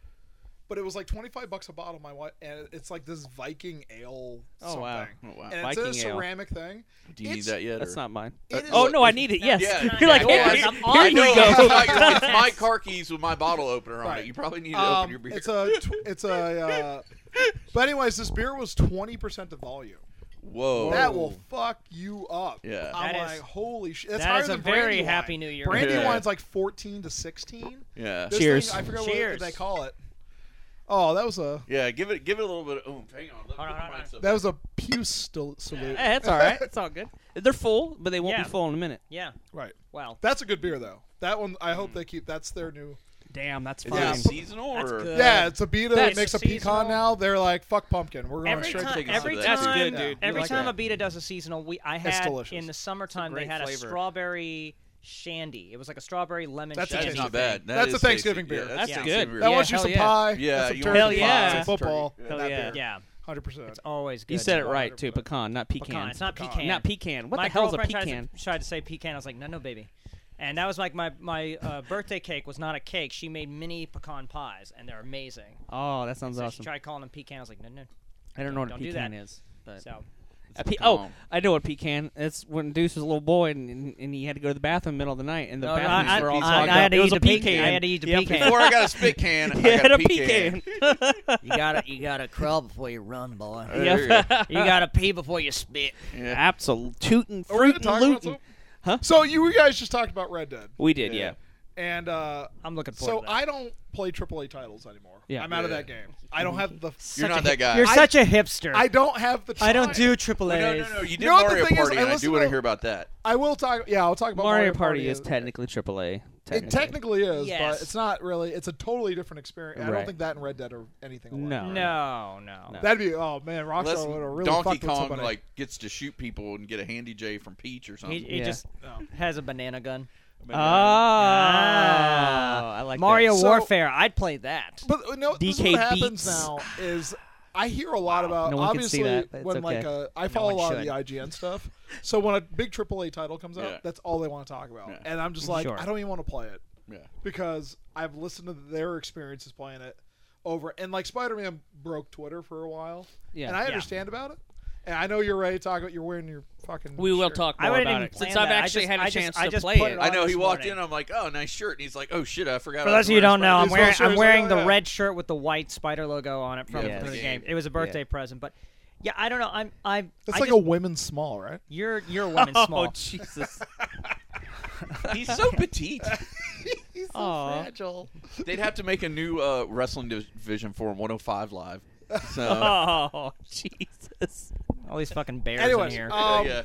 Speaker 3: but it was like twenty five bucks a bottle. My wife, and it's like this Viking ale.
Speaker 1: Oh, wow.
Speaker 3: something.
Speaker 4: Oh, wow.
Speaker 3: And it's in a
Speaker 1: Viking ale.
Speaker 3: ceramic thing.
Speaker 4: Do you need
Speaker 3: It's-
Speaker 4: that yet?
Speaker 1: That's
Speaker 4: or?
Speaker 1: not mine.
Speaker 3: It is
Speaker 1: oh
Speaker 3: like-
Speaker 1: no, I need it. Yes.
Speaker 4: Yeah, Oh,
Speaker 1: You're like,
Speaker 5: yeah,
Speaker 1: here,
Speaker 5: yeah.
Speaker 1: here
Speaker 5: I
Speaker 4: I
Speaker 1: you
Speaker 5: know,
Speaker 4: know,
Speaker 1: go.
Speaker 4: it's, not your- it's my car keys with my bottle opener on
Speaker 3: Right.
Speaker 4: it. You probably need to
Speaker 3: Um,
Speaker 4: open your beer.
Speaker 3: It's a. tw- It's a. Uh, but anyways, this beer was twenty percent of volume.
Speaker 4: Whoa.
Speaker 3: That will fuck you up.
Speaker 4: Oh. Yeah.
Speaker 3: I'm
Speaker 5: That
Speaker 3: like,
Speaker 5: is-
Speaker 3: holy shit. That's
Speaker 5: that
Speaker 3: higher
Speaker 5: is a
Speaker 3: than
Speaker 5: very
Speaker 3: Brandywine.
Speaker 5: happy New Year.
Speaker 3: Brandywine's
Speaker 4: Yeah.
Speaker 3: like 14 to 16.
Speaker 4: Yeah.
Speaker 3: This
Speaker 1: Cheers.
Speaker 3: Thing, I forgot
Speaker 5: Cheers.
Speaker 3: what they call it. Oh, that was a
Speaker 4: Yeah. Give it. Give it a little bit. Of, oomph. hang on. Let me
Speaker 5: Hold on,
Speaker 4: put
Speaker 5: hold
Speaker 4: the
Speaker 5: on.
Speaker 4: mics up.
Speaker 3: that was a puce stil- salute.
Speaker 1: Eh, it's all right. It's all good. They're full, but they won't
Speaker 5: Yeah.
Speaker 1: be full in a minute.
Speaker 5: Yeah.
Speaker 3: Right.
Speaker 5: Wow.
Speaker 3: That's a good beer though. That one I hope they keep. That's their new.
Speaker 1: Damn, that's
Speaker 4: Is
Speaker 1: fine.
Speaker 4: it
Speaker 3: Yeah.
Speaker 4: a seasonal or?
Speaker 5: good.
Speaker 3: yeah, it's a beta.
Speaker 1: that's
Speaker 3: It makes a
Speaker 5: seasonal.
Speaker 3: pecan now. They're like fuck pumpkin. We're going
Speaker 5: Every
Speaker 3: straight.
Speaker 5: time,
Speaker 4: Take us
Speaker 5: every
Speaker 4: to
Speaker 5: time,
Speaker 4: that. That's
Speaker 1: good, dude. You
Speaker 5: Every
Speaker 1: like
Speaker 5: time
Speaker 1: that.
Speaker 5: Abita does a seasonal, we I
Speaker 3: It's
Speaker 5: had
Speaker 3: delicious.
Speaker 5: in the summertime they
Speaker 1: great
Speaker 5: had a
Speaker 1: flavor.
Speaker 5: strawberry shandy. It was like a strawberry lemon
Speaker 3: That's a
Speaker 5: shandy.
Speaker 4: That's
Speaker 3: tasty
Speaker 4: not bad. That
Speaker 3: That's
Speaker 4: is
Speaker 3: a Thanksgiving
Speaker 4: tasty.
Speaker 3: beer.
Speaker 4: Yeah, that's
Speaker 5: Yeah.
Speaker 4: Thanksgiving
Speaker 1: Good.
Speaker 4: beer.
Speaker 3: That
Speaker 1: Yeah,
Speaker 3: wants you
Speaker 1: hell
Speaker 3: some
Speaker 1: yeah.
Speaker 3: pie.
Speaker 4: Yeah,
Speaker 3: some
Speaker 4: you
Speaker 1: want
Speaker 3: turkey,
Speaker 1: Hell yeah.
Speaker 3: some football.
Speaker 4: Turkey.
Speaker 5: Hell
Speaker 3: that
Speaker 5: Oh, yeah.
Speaker 3: beer.
Speaker 5: Yeah.
Speaker 3: 100%.
Speaker 5: It's always good.
Speaker 1: You said it
Speaker 3: Pecan.
Speaker 1: right too. Pecan, not pecan.
Speaker 5: Pecan. It's not pecan.
Speaker 1: Not pecan. What
Speaker 5: my
Speaker 1: the hell's a
Speaker 5: girlfriend tried to-
Speaker 1: pecan?
Speaker 5: Tried to, say pecan. I was like, no, no, baby. And that was like my my uh, birthday cake was not a cake. She made mini pecan pies, and they're amazing.
Speaker 1: Oh, that sounds
Speaker 5: So she
Speaker 1: awesome.
Speaker 5: tried calling them pecan. I was like, no, no.
Speaker 1: I don't know what a
Speaker 5: don't do
Speaker 1: pecan
Speaker 5: that.
Speaker 1: is. But
Speaker 5: So
Speaker 1: A pe-
Speaker 4: pecan.
Speaker 1: oh, I know what pecan. It's when Deuce was a little boy and, and, and he had to go to the bathroom in the middle of the night and the
Speaker 5: No, no,
Speaker 1: bathrooms
Speaker 5: I-
Speaker 1: were all
Speaker 5: I-
Speaker 1: clogged
Speaker 5: I had
Speaker 1: up.
Speaker 5: to
Speaker 1: it was
Speaker 5: eat
Speaker 1: a
Speaker 5: the pecan.
Speaker 1: pecan.
Speaker 5: I had to eat the
Speaker 1: Yep.
Speaker 5: pecan.
Speaker 4: Before I got a spit can, I
Speaker 1: He had
Speaker 4: got
Speaker 1: a
Speaker 4: a pecan.
Speaker 1: pecan.
Speaker 5: you gotta you gotta crawl before you run, boy.
Speaker 4: There you go.
Speaker 5: You gotta pee before you spit.
Speaker 4: Yeah.
Speaker 1: Absolute tootin'
Speaker 3: Are we gonna
Speaker 1: fruit
Speaker 3: talk
Speaker 1: and
Speaker 3: about
Speaker 1: lootin'.
Speaker 3: something?
Speaker 1: Huh?
Speaker 3: So you guys just talked about Red Dead,
Speaker 1: We did, yeah.
Speaker 4: Yeah.
Speaker 3: and uh,
Speaker 5: I'm looking
Speaker 3: so
Speaker 5: forward to that.
Speaker 3: I don't play AAA titles anymore.
Speaker 1: Yeah.
Speaker 3: I'm out of
Speaker 4: Yeah.
Speaker 3: that game. I don't have the.
Speaker 4: You're not
Speaker 5: a,
Speaker 4: that guy.
Speaker 5: You're
Speaker 4: I-
Speaker 5: such a hipster.
Speaker 3: I don't have the. Time.
Speaker 5: I don't do triple A's.
Speaker 4: No, no, no. You did
Speaker 3: know what the
Speaker 4: Mario
Speaker 3: thing is?
Speaker 4: Party,
Speaker 3: I
Speaker 4: and I
Speaker 3: listen
Speaker 4: do want
Speaker 3: to-
Speaker 4: to hear about that.
Speaker 3: I will talk. Yeah, I'll talk about
Speaker 1: Mario,
Speaker 3: Mario,
Speaker 1: Party, is
Speaker 3: technically.
Speaker 1: technically AAA.
Speaker 3: It
Speaker 1: Technically.
Speaker 3: technically is,
Speaker 5: Yes.
Speaker 3: but it's not really. It's a totally different experience. I
Speaker 1: Right.
Speaker 3: don't think that and Red Dead are anything alike.
Speaker 1: No.
Speaker 5: No, no.
Speaker 1: No.
Speaker 3: That'd be oh man,
Speaker 4: Unless
Speaker 3: Rockstar would have really
Speaker 4: Donkey
Speaker 3: fucked with
Speaker 4: Kong
Speaker 3: somebody.
Speaker 4: like gets to shoot people and get a handy J from Peach or
Speaker 5: He,
Speaker 4: something.
Speaker 5: he
Speaker 1: Yeah.
Speaker 5: just has a banana gun.
Speaker 4: Ah.
Speaker 5: Ah.
Speaker 1: Oh, I like that.
Speaker 5: Mario
Speaker 3: So-
Speaker 5: Warfare. I'd play that.
Speaker 3: but uh, no, this is
Speaker 1: DK
Speaker 3: what happens
Speaker 1: Beats.
Speaker 3: now is I hear a lot about
Speaker 1: No one can see
Speaker 3: obviously
Speaker 1: that, but it's
Speaker 3: when like
Speaker 1: okay.
Speaker 3: a, I follow
Speaker 5: one
Speaker 3: a lot
Speaker 5: should.
Speaker 3: of the IGN stuff. So when a big AAA title comes out,
Speaker 4: Yeah.
Speaker 3: that's all they want to talk about,
Speaker 4: Yeah.
Speaker 3: and I'm just like,
Speaker 5: Sure.
Speaker 3: I don't even want to play it
Speaker 4: Yeah.
Speaker 3: because I've listened to their experiences playing it over and like Spider-Man broke Twitter for a while,
Speaker 1: Yeah.
Speaker 3: and I
Speaker 5: Yeah.
Speaker 3: understand about it. And I know you're ready to talk about you're wearing your fucking.
Speaker 1: We will
Speaker 3: shirt.
Speaker 1: talk
Speaker 5: I
Speaker 1: more
Speaker 5: wouldn't
Speaker 1: about
Speaker 5: even
Speaker 1: it
Speaker 5: plan
Speaker 1: since I've
Speaker 5: that. I
Speaker 1: actually
Speaker 5: just-
Speaker 1: had a
Speaker 5: I just-
Speaker 1: chance
Speaker 5: I
Speaker 1: to
Speaker 5: just
Speaker 1: play
Speaker 5: put
Speaker 1: it.
Speaker 5: it
Speaker 4: I know he
Speaker 5: this
Speaker 4: walked
Speaker 5: morning.
Speaker 4: in. I'm like, oh, nice shirt, and he's like, oh shit, I forgot.
Speaker 5: For
Speaker 4: I was
Speaker 5: those of you who
Speaker 4: wearing
Speaker 5: don't know, I'm
Speaker 3: These
Speaker 5: wearing
Speaker 3: little
Speaker 5: I'm
Speaker 3: shirts,
Speaker 5: wearing
Speaker 3: oh,
Speaker 5: the
Speaker 3: yeah.
Speaker 5: red shirt with the white spider logo on it from
Speaker 1: Yeah.
Speaker 5: from the
Speaker 1: Yeah.
Speaker 5: game. It was a birthday present, but yeah, I don't know. I'm I.
Speaker 3: That's
Speaker 5: I
Speaker 3: like
Speaker 5: just,
Speaker 3: a women's small, right?
Speaker 5: you're you're a woman
Speaker 1: Oh
Speaker 5: small.
Speaker 1: Jesus!
Speaker 4: Spider-Man. He's so petite.
Speaker 3: He's so
Speaker 1: Aw.
Speaker 3: fragile.
Speaker 4: They'd have to make a new uh, wrestling division for him, 105 live. So
Speaker 1: Oh Jesus!
Speaker 5: All these fucking bears in
Speaker 3: Anyways,
Speaker 5: here.
Speaker 3: um,
Speaker 4: yeah,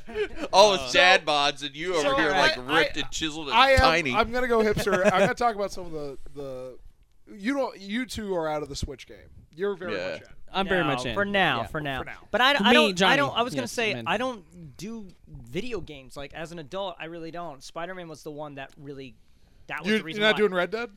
Speaker 4: all his dad bods, and you over
Speaker 3: so
Speaker 4: here like
Speaker 3: I-
Speaker 4: ripped
Speaker 3: I-
Speaker 4: and chiseled and
Speaker 3: I am,
Speaker 4: tiny.
Speaker 3: I'm gonna go hipster. I'm gonna talk about some of the the. You don't. You two are out of the Switch game. You're very
Speaker 4: Yeah.
Speaker 3: much in.
Speaker 1: I'm very
Speaker 5: No,
Speaker 1: much in
Speaker 5: for now,
Speaker 1: Yeah.
Speaker 5: for now,
Speaker 3: for now.
Speaker 5: But I,
Speaker 1: For
Speaker 5: I
Speaker 1: me,
Speaker 5: don't, I
Speaker 1: Johnny,
Speaker 5: don't. I was gonna
Speaker 1: yes,
Speaker 5: say
Speaker 1: I'm in.
Speaker 5: I don't do video games. Like as an adult, I really don't. Spider Man was the one that really. That was
Speaker 3: You're,
Speaker 5: the reason
Speaker 3: you're not
Speaker 5: why.
Speaker 3: doing Red Dead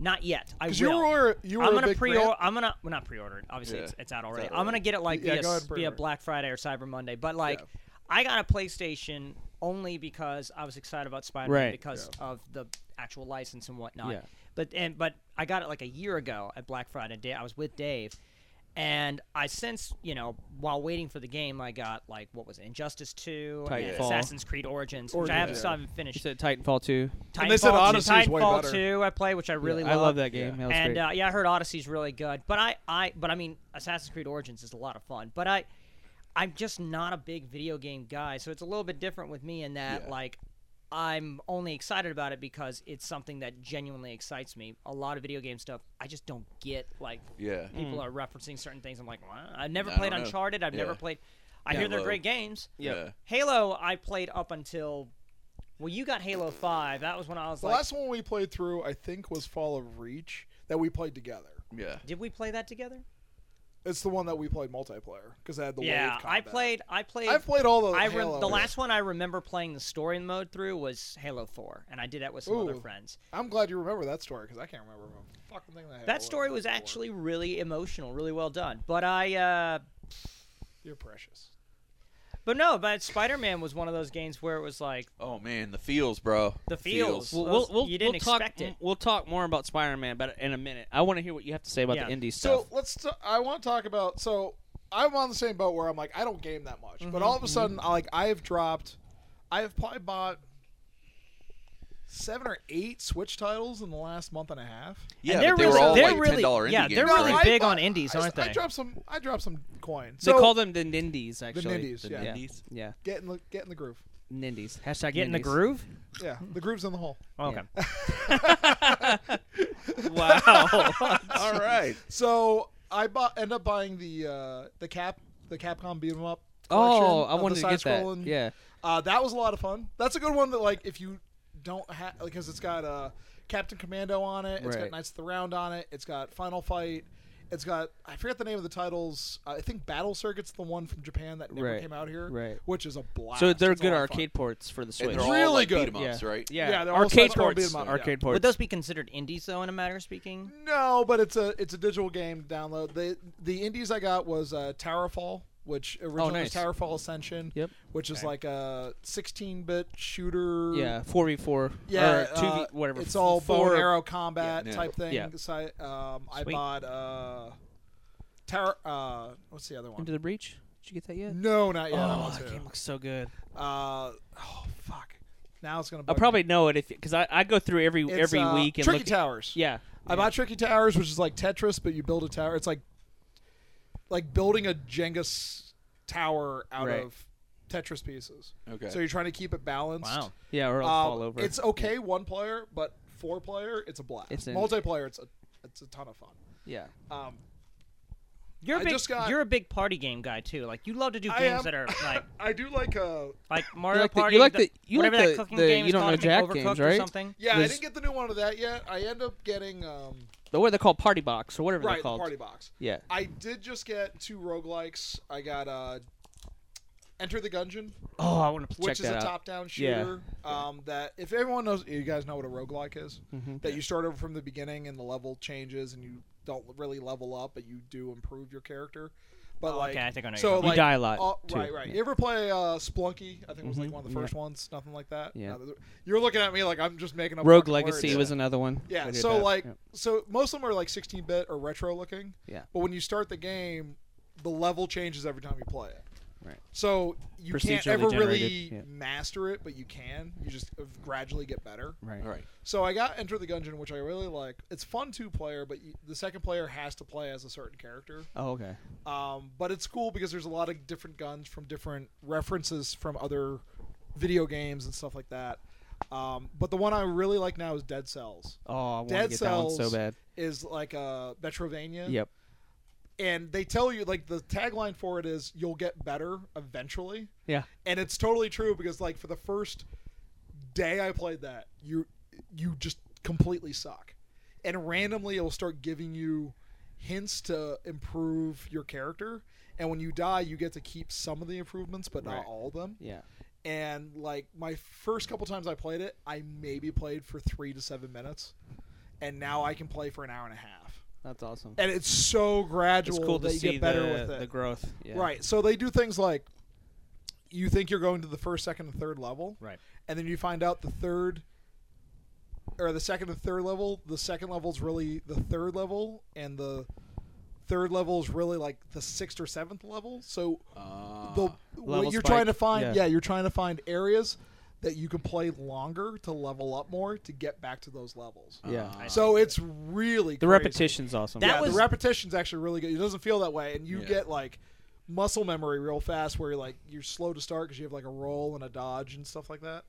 Speaker 5: Not yet. I will.
Speaker 3: because you were you were
Speaker 5: I'm
Speaker 3: a
Speaker 5: gonna
Speaker 3: big fan.
Speaker 5: pre-order. I'm gonna well, not pre-order. it. Obviously,
Speaker 4: Yeah.
Speaker 5: it's, it's out already.
Speaker 4: out
Speaker 5: I'm gonna
Speaker 4: already.
Speaker 5: get it like
Speaker 3: Yeah,
Speaker 5: via,
Speaker 3: go ahead
Speaker 5: s-
Speaker 3: and
Speaker 5: via
Speaker 3: pre-order.
Speaker 5: Black Friday or Cyber Monday. But like,
Speaker 3: Yeah.
Speaker 5: I got a PlayStation only because I was excited about Spider-Man
Speaker 1: Right.
Speaker 5: because of the actual license and whatnot.
Speaker 1: Yeah.
Speaker 5: But and but I got it like a year ago at Black Friday. Da- I was with Dave. And I since you know, while waiting for the game, I got like what was it, Injustice Two, and
Speaker 1: Titanfall.
Speaker 5: Assassin's Creed Origins, which
Speaker 3: Origins,
Speaker 5: I haven't,
Speaker 3: yeah.
Speaker 5: still haven't finished.
Speaker 1: You said Titanfall 2.
Speaker 3: And they said
Speaker 5: Titanfall
Speaker 3: Odyssey is way
Speaker 5: Titanfall
Speaker 3: better.
Speaker 5: Two, I play, which I really
Speaker 1: I love that game. That was
Speaker 5: and
Speaker 1: great.
Speaker 5: uh, yeah, I heard Odyssey's really good, but I, I, but I mean, Assassin's Creed Origins is a lot of fun, but I, I'm just not a big video game guy, so it's a little bit different with me in that
Speaker 4: Yeah.
Speaker 5: like, I'm only excited about it because it's something that genuinely excites me. A lot of video game stuff, I just don't get. Like,
Speaker 4: yeah,
Speaker 5: people are referencing certain things. I'm like, "What?" I've never
Speaker 4: I
Speaker 5: played
Speaker 4: don't know.
Speaker 5: Uncharted. I've never
Speaker 4: Yeah.
Speaker 5: played. I hear they're
Speaker 4: Halo.
Speaker 5: great games.
Speaker 4: yeah.
Speaker 5: Halo, I played up until. Well, you got Halo Five. That was when I was
Speaker 3: The
Speaker 5: like,
Speaker 3: last one we played through, I think, was Fall of Reach that we played together.
Speaker 4: yeah.
Speaker 5: "Did we play that together?"
Speaker 3: It's the one that we played multiplayer because I had the
Speaker 5: yeah,
Speaker 3: wave
Speaker 5: I
Speaker 3: combat.
Speaker 5: played. I played.
Speaker 3: I've played all the.
Speaker 5: I re-
Speaker 3: Halos.
Speaker 5: the last one I remember playing the story mode through was Halo Four, and I did that with some other
Speaker 3: Ooh.
Speaker 5: friends.
Speaker 3: I'm glad you remember that story because I can't remember a fucking thing that. Halo
Speaker 5: That story was
Speaker 3: for.
Speaker 5: actually really emotional, really well done. But I, uh,
Speaker 3: You're precious.
Speaker 5: but no, but Spider Man was one of those games where it was like
Speaker 4: Oh man, the feels, bro.
Speaker 5: The feels.
Speaker 1: We'll,
Speaker 5: Well,
Speaker 1: we'll, we'll,
Speaker 5: you didn't
Speaker 1: we'll talk,
Speaker 5: expect it.
Speaker 1: We'll talk more about Spider-Man, but in a minute. I want to hear what you have to say about the
Speaker 5: Yeah.
Speaker 1: indie
Speaker 3: So
Speaker 1: stuff.
Speaker 3: let's. T- I want to talk about. So I'm on the same boat where I'm like, I don't game that much,
Speaker 1: Mm-hmm,
Speaker 3: but all of a sudden, I like I have dropped. I have probably bought seven or eight Switch titles in the last month and a half.
Speaker 4: Yeah,
Speaker 5: they're
Speaker 4: but they
Speaker 5: really-
Speaker 4: were all
Speaker 5: they're
Speaker 4: like
Speaker 5: really-
Speaker 4: ten dollar indie
Speaker 5: yeah,
Speaker 4: games.
Speaker 5: they're
Speaker 4: right?
Speaker 5: really
Speaker 3: I
Speaker 5: big
Speaker 3: bought-
Speaker 5: on indies,
Speaker 3: I,
Speaker 5: aren't
Speaker 3: I
Speaker 5: they?
Speaker 3: dropped some. I dropped some coin.
Speaker 1: they
Speaker 3: So
Speaker 1: call them the Nindies, actually.
Speaker 3: Nindies,
Speaker 1: The
Speaker 3: yeah.
Speaker 1: Nindies. Yeah.
Speaker 3: get in the get in the groove.
Speaker 1: Nindies. Hashtag
Speaker 5: get in the
Speaker 1: Nindies.
Speaker 5: groove.
Speaker 3: Yeah, the groove's in the hole.
Speaker 5: Okay.
Speaker 1: Wow.
Speaker 4: all right.
Speaker 3: So I bought end up buying the uh, the cap the Capcom beat 'em up.
Speaker 1: oh,
Speaker 3: collection
Speaker 1: I
Speaker 3: of the
Speaker 1: wanted to get that.
Speaker 3: side-scrolling-
Speaker 1: Yeah.
Speaker 3: Uh, that was a lot of fun. That's a good one that like if you don't have because it's got uh, Captain Commando on it, it's
Speaker 1: Right.
Speaker 3: got Knights of the Round on it, it's got Final Fight, It's got I forget the name of the titles. I think Battle Circuit's the one from Japan that never
Speaker 1: Right.
Speaker 3: came out here,
Speaker 1: Right.
Speaker 3: which is a blast.
Speaker 1: So they're
Speaker 3: It's a
Speaker 1: good
Speaker 3: lot of fun.
Speaker 1: arcade ports for the
Speaker 4: And
Speaker 1: Switch.
Speaker 4: they're all
Speaker 3: Really
Speaker 4: like
Speaker 3: good.
Speaker 4: beat 'em ups,
Speaker 1: yeah.
Speaker 4: right?
Speaker 1: Yeah,
Speaker 3: Yeah, they're all
Speaker 1: arcade
Speaker 3: sub- all
Speaker 1: ports.
Speaker 3: beat 'em up, yeah.
Speaker 1: Arcade ports.
Speaker 5: Would those be considered indies though, in a matter of speaking?
Speaker 3: No, but it's a it's a digital game download. The the indies I got was uh, Towerfall, which originally
Speaker 1: nice.
Speaker 3: was Towerfall Ascension.
Speaker 1: Yep.
Speaker 3: Which is
Speaker 5: Okay.
Speaker 3: like a 16-bit shooter.
Speaker 1: yeah, four v four.
Speaker 3: Yeah.
Speaker 1: or two
Speaker 3: uh,
Speaker 1: v whatever.
Speaker 3: It's all bow
Speaker 1: four
Speaker 3: and arrow combat
Speaker 4: Yeah.
Speaker 3: type thing.
Speaker 1: Yeah.
Speaker 3: So I, um, I
Speaker 5: Sweet.
Speaker 3: bought uh, Tower. Uh, what's the other one?
Speaker 1: into the breach. Did you get that yet?
Speaker 3: no, not yet. I
Speaker 1: oh,
Speaker 3: want
Speaker 1: that
Speaker 3: to.
Speaker 1: game looks so good.
Speaker 3: Uh, oh fuck! Now it's gonna.
Speaker 1: I'll
Speaker 3: bug me.
Speaker 1: probably know it if because I, I go through every
Speaker 3: It's,
Speaker 1: every
Speaker 3: uh,
Speaker 1: week and
Speaker 3: Tricky
Speaker 1: look.
Speaker 3: Towers.
Speaker 1: yeah,
Speaker 3: I bought Tricky Towers, which is like Tetris, but you build a tower. It's like like building a Genghis tower out
Speaker 1: Right.
Speaker 3: of Tetris pieces.
Speaker 4: Okay.
Speaker 3: So you're trying to keep it balanced.
Speaker 5: Wow.
Speaker 1: yeah, or it'll
Speaker 3: Um,
Speaker 1: fall over.
Speaker 3: It's okay one player, but four player, it's a blast.
Speaker 1: It's an-
Speaker 3: Multiplayer, it's a it's a ton of fun.
Speaker 1: yeah.
Speaker 3: Um,
Speaker 5: You're a
Speaker 3: I
Speaker 5: big,
Speaker 3: just got-
Speaker 5: you're a big party game guy too. Like you love to do
Speaker 3: I
Speaker 5: games
Speaker 3: am.
Speaker 5: that are like
Speaker 3: I do like uh
Speaker 5: like Mario
Speaker 1: like the- you
Speaker 5: Party.
Speaker 1: like the- you
Speaker 5: whatever
Speaker 1: like
Speaker 5: that
Speaker 1: the-
Speaker 5: cooking
Speaker 1: the
Speaker 5: game
Speaker 1: You
Speaker 5: is
Speaker 1: Don't
Speaker 5: called,
Speaker 1: Know
Speaker 5: I think
Speaker 1: Jack
Speaker 5: Overcooked
Speaker 1: games,
Speaker 5: or
Speaker 1: right?
Speaker 5: something.
Speaker 3: yeah, I
Speaker 1: There's-
Speaker 3: didn't get the new one of that yet. I end up getting um
Speaker 1: The what they call party box or whatever
Speaker 3: right
Speaker 1: they're
Speaker 3: the
Speaker 1: called.
Speaker 3: party box.
Speaker 1: Yeah.
Speaker 3: I did just get two roguelikes. I got uh Enter the Gungeon,
Speaker 1: Oh, I want to check
Speaker 3: which is
Speaker 1: that
Speaker 3: a
Speaker 1: out.
Speaker 3: top-down
Speaker 1: Yeah.
Speaker 3: shooter. Um, that if everyone knows, you guys know what a roguelike is.
Speaker 1: Mm-hmm.
Speaker 3: That you start over from the beginning and the level changes, and you don't really level up, but you do improve your character. But
Speaker 5: Oh,
Speaker 3: like,
Speaker 5: okay, I think I know you're
Speaker 3: so
Speaker 5: talking
Speaker 1: about.
Speaker 3: like,
Speaker 1: You die a lot,
Speaker 3: all-
Speaker 1: too.
Speaker 3: Right, right.
Speaker 1: Yeah.
Speaker 3: You ever play uh, Splunky? I think it was like
Speaker 1: Mhm.
Speaker 3: one of the
Speaker 1: Yeah.
Speaker 3: first ones, nothing like that.
Speaker 1: Yeah.
Speaker 3: Uh, you're looking at me like I'm just making up.
Speaker 1: Rogue
Speaker 3: fucking
Speaker 1: Legacy
Speaker 3: words.
Speaker 1: was another one. I
Speaker 3: Yeah,
Speaker 1: did
Speaker 3: so
Speaker 1: that.
Speaker 3: like,
Speaker 1: Yeah.
Speaker 3: so most of them are like 16-bit or retro-looking.
Speaker 1: Yeah.
Speaker 3: But when you start the game, the level changes every time you play it.
Speaker 1: Right.
Speaker 3: So you can't
Speaker 1: Procedurally
Speaker 3: ever
Speaker 1: E generated,
Speaker 3: really
Speaker 1: yeah.
Speaker 3: master it, but you can. You just uh, gradually get better.
Speaker 1: right.
Speaker 4: All right.
Speaker 3: So I got Enter the Gungeon, which I really like. It's fun two player, but you, the second player has to play as a certain character.
Speaker 1: Oh, okay.
Speaker 3: Um, but it's cool because there's a lot of different guns from different references from other video games and stuff like that. Um, but the one I really like now is Dead Cells.
Speaker 1: Oh, I want to
Speaker 3: Dead
Speaker 1: get
Speaker 3: Cells
Speaker 1: that one so bad.
Speaker 3: is like a Metrovania.
Speaker 1: Yep.
Speaker 3: And they tell you like the tagline for it is you'll get better eventually.
Speaker 1: Yeah.
Speaker 3: And it's totally true because like for the first day I played that, you you just completely suck. And randomly it'll start giving you hints to improve your character. And when you die, you get to keep some of the improvements, but not
Speaker 1: Right.
Speaker 3: all of them.
Speaker 1: Yeah.
Speaker 3: And like my first couple times I played it, I maybe played for three to seven minutes. And now I can play for an hour and a half
Speaker 1: That's awesome.
Speaker 3: and it's so gradual
Speaker 1: It's cool
Speaker 3: that
Speaker 1: to
Speaker 3: you
Speaker 1: see
Speaker 3: get better
Speaker 1: the,
Speaker 3: with it.
Speaker 1: the growth. Yeah.
Speaker 3: Right. So they do things like you think you're going to the first, second, and third level,
Speaker 5: Right.
Speaker 3: and then you find out the third or the second and third level. The second level's really the third level, and the third level is really like the sixth or seventh level. So
Speaker 4: Uh,
Speaker 3: the
Speaker 1: Level
Speaker 3: what you're
Speaker 1: spike,
Speaker 3: trying to find,
Speaker 1: yeah.
Speaker 3: yeah. you're trying to find areas that you can play longer to level up more to get back to those levels.
Speaker 1: Yeah.
Speaker 4: Ah.
Speaker 3: So it's really
Speaker 1: the
Speaker 3: crazy
Speaker 1: repetition's awesome.
Speaker 5: That
Speaker 3: yeah,
Speaker 5: was-
Speaker 3: the repetition's actually really good. It doesn't feel that way, and you
Speaker 4: Yeah.
Speaker 3: get like muscle memory real fast, where you're like you're slow to start because you have like a roll and a dodge and stuff like that.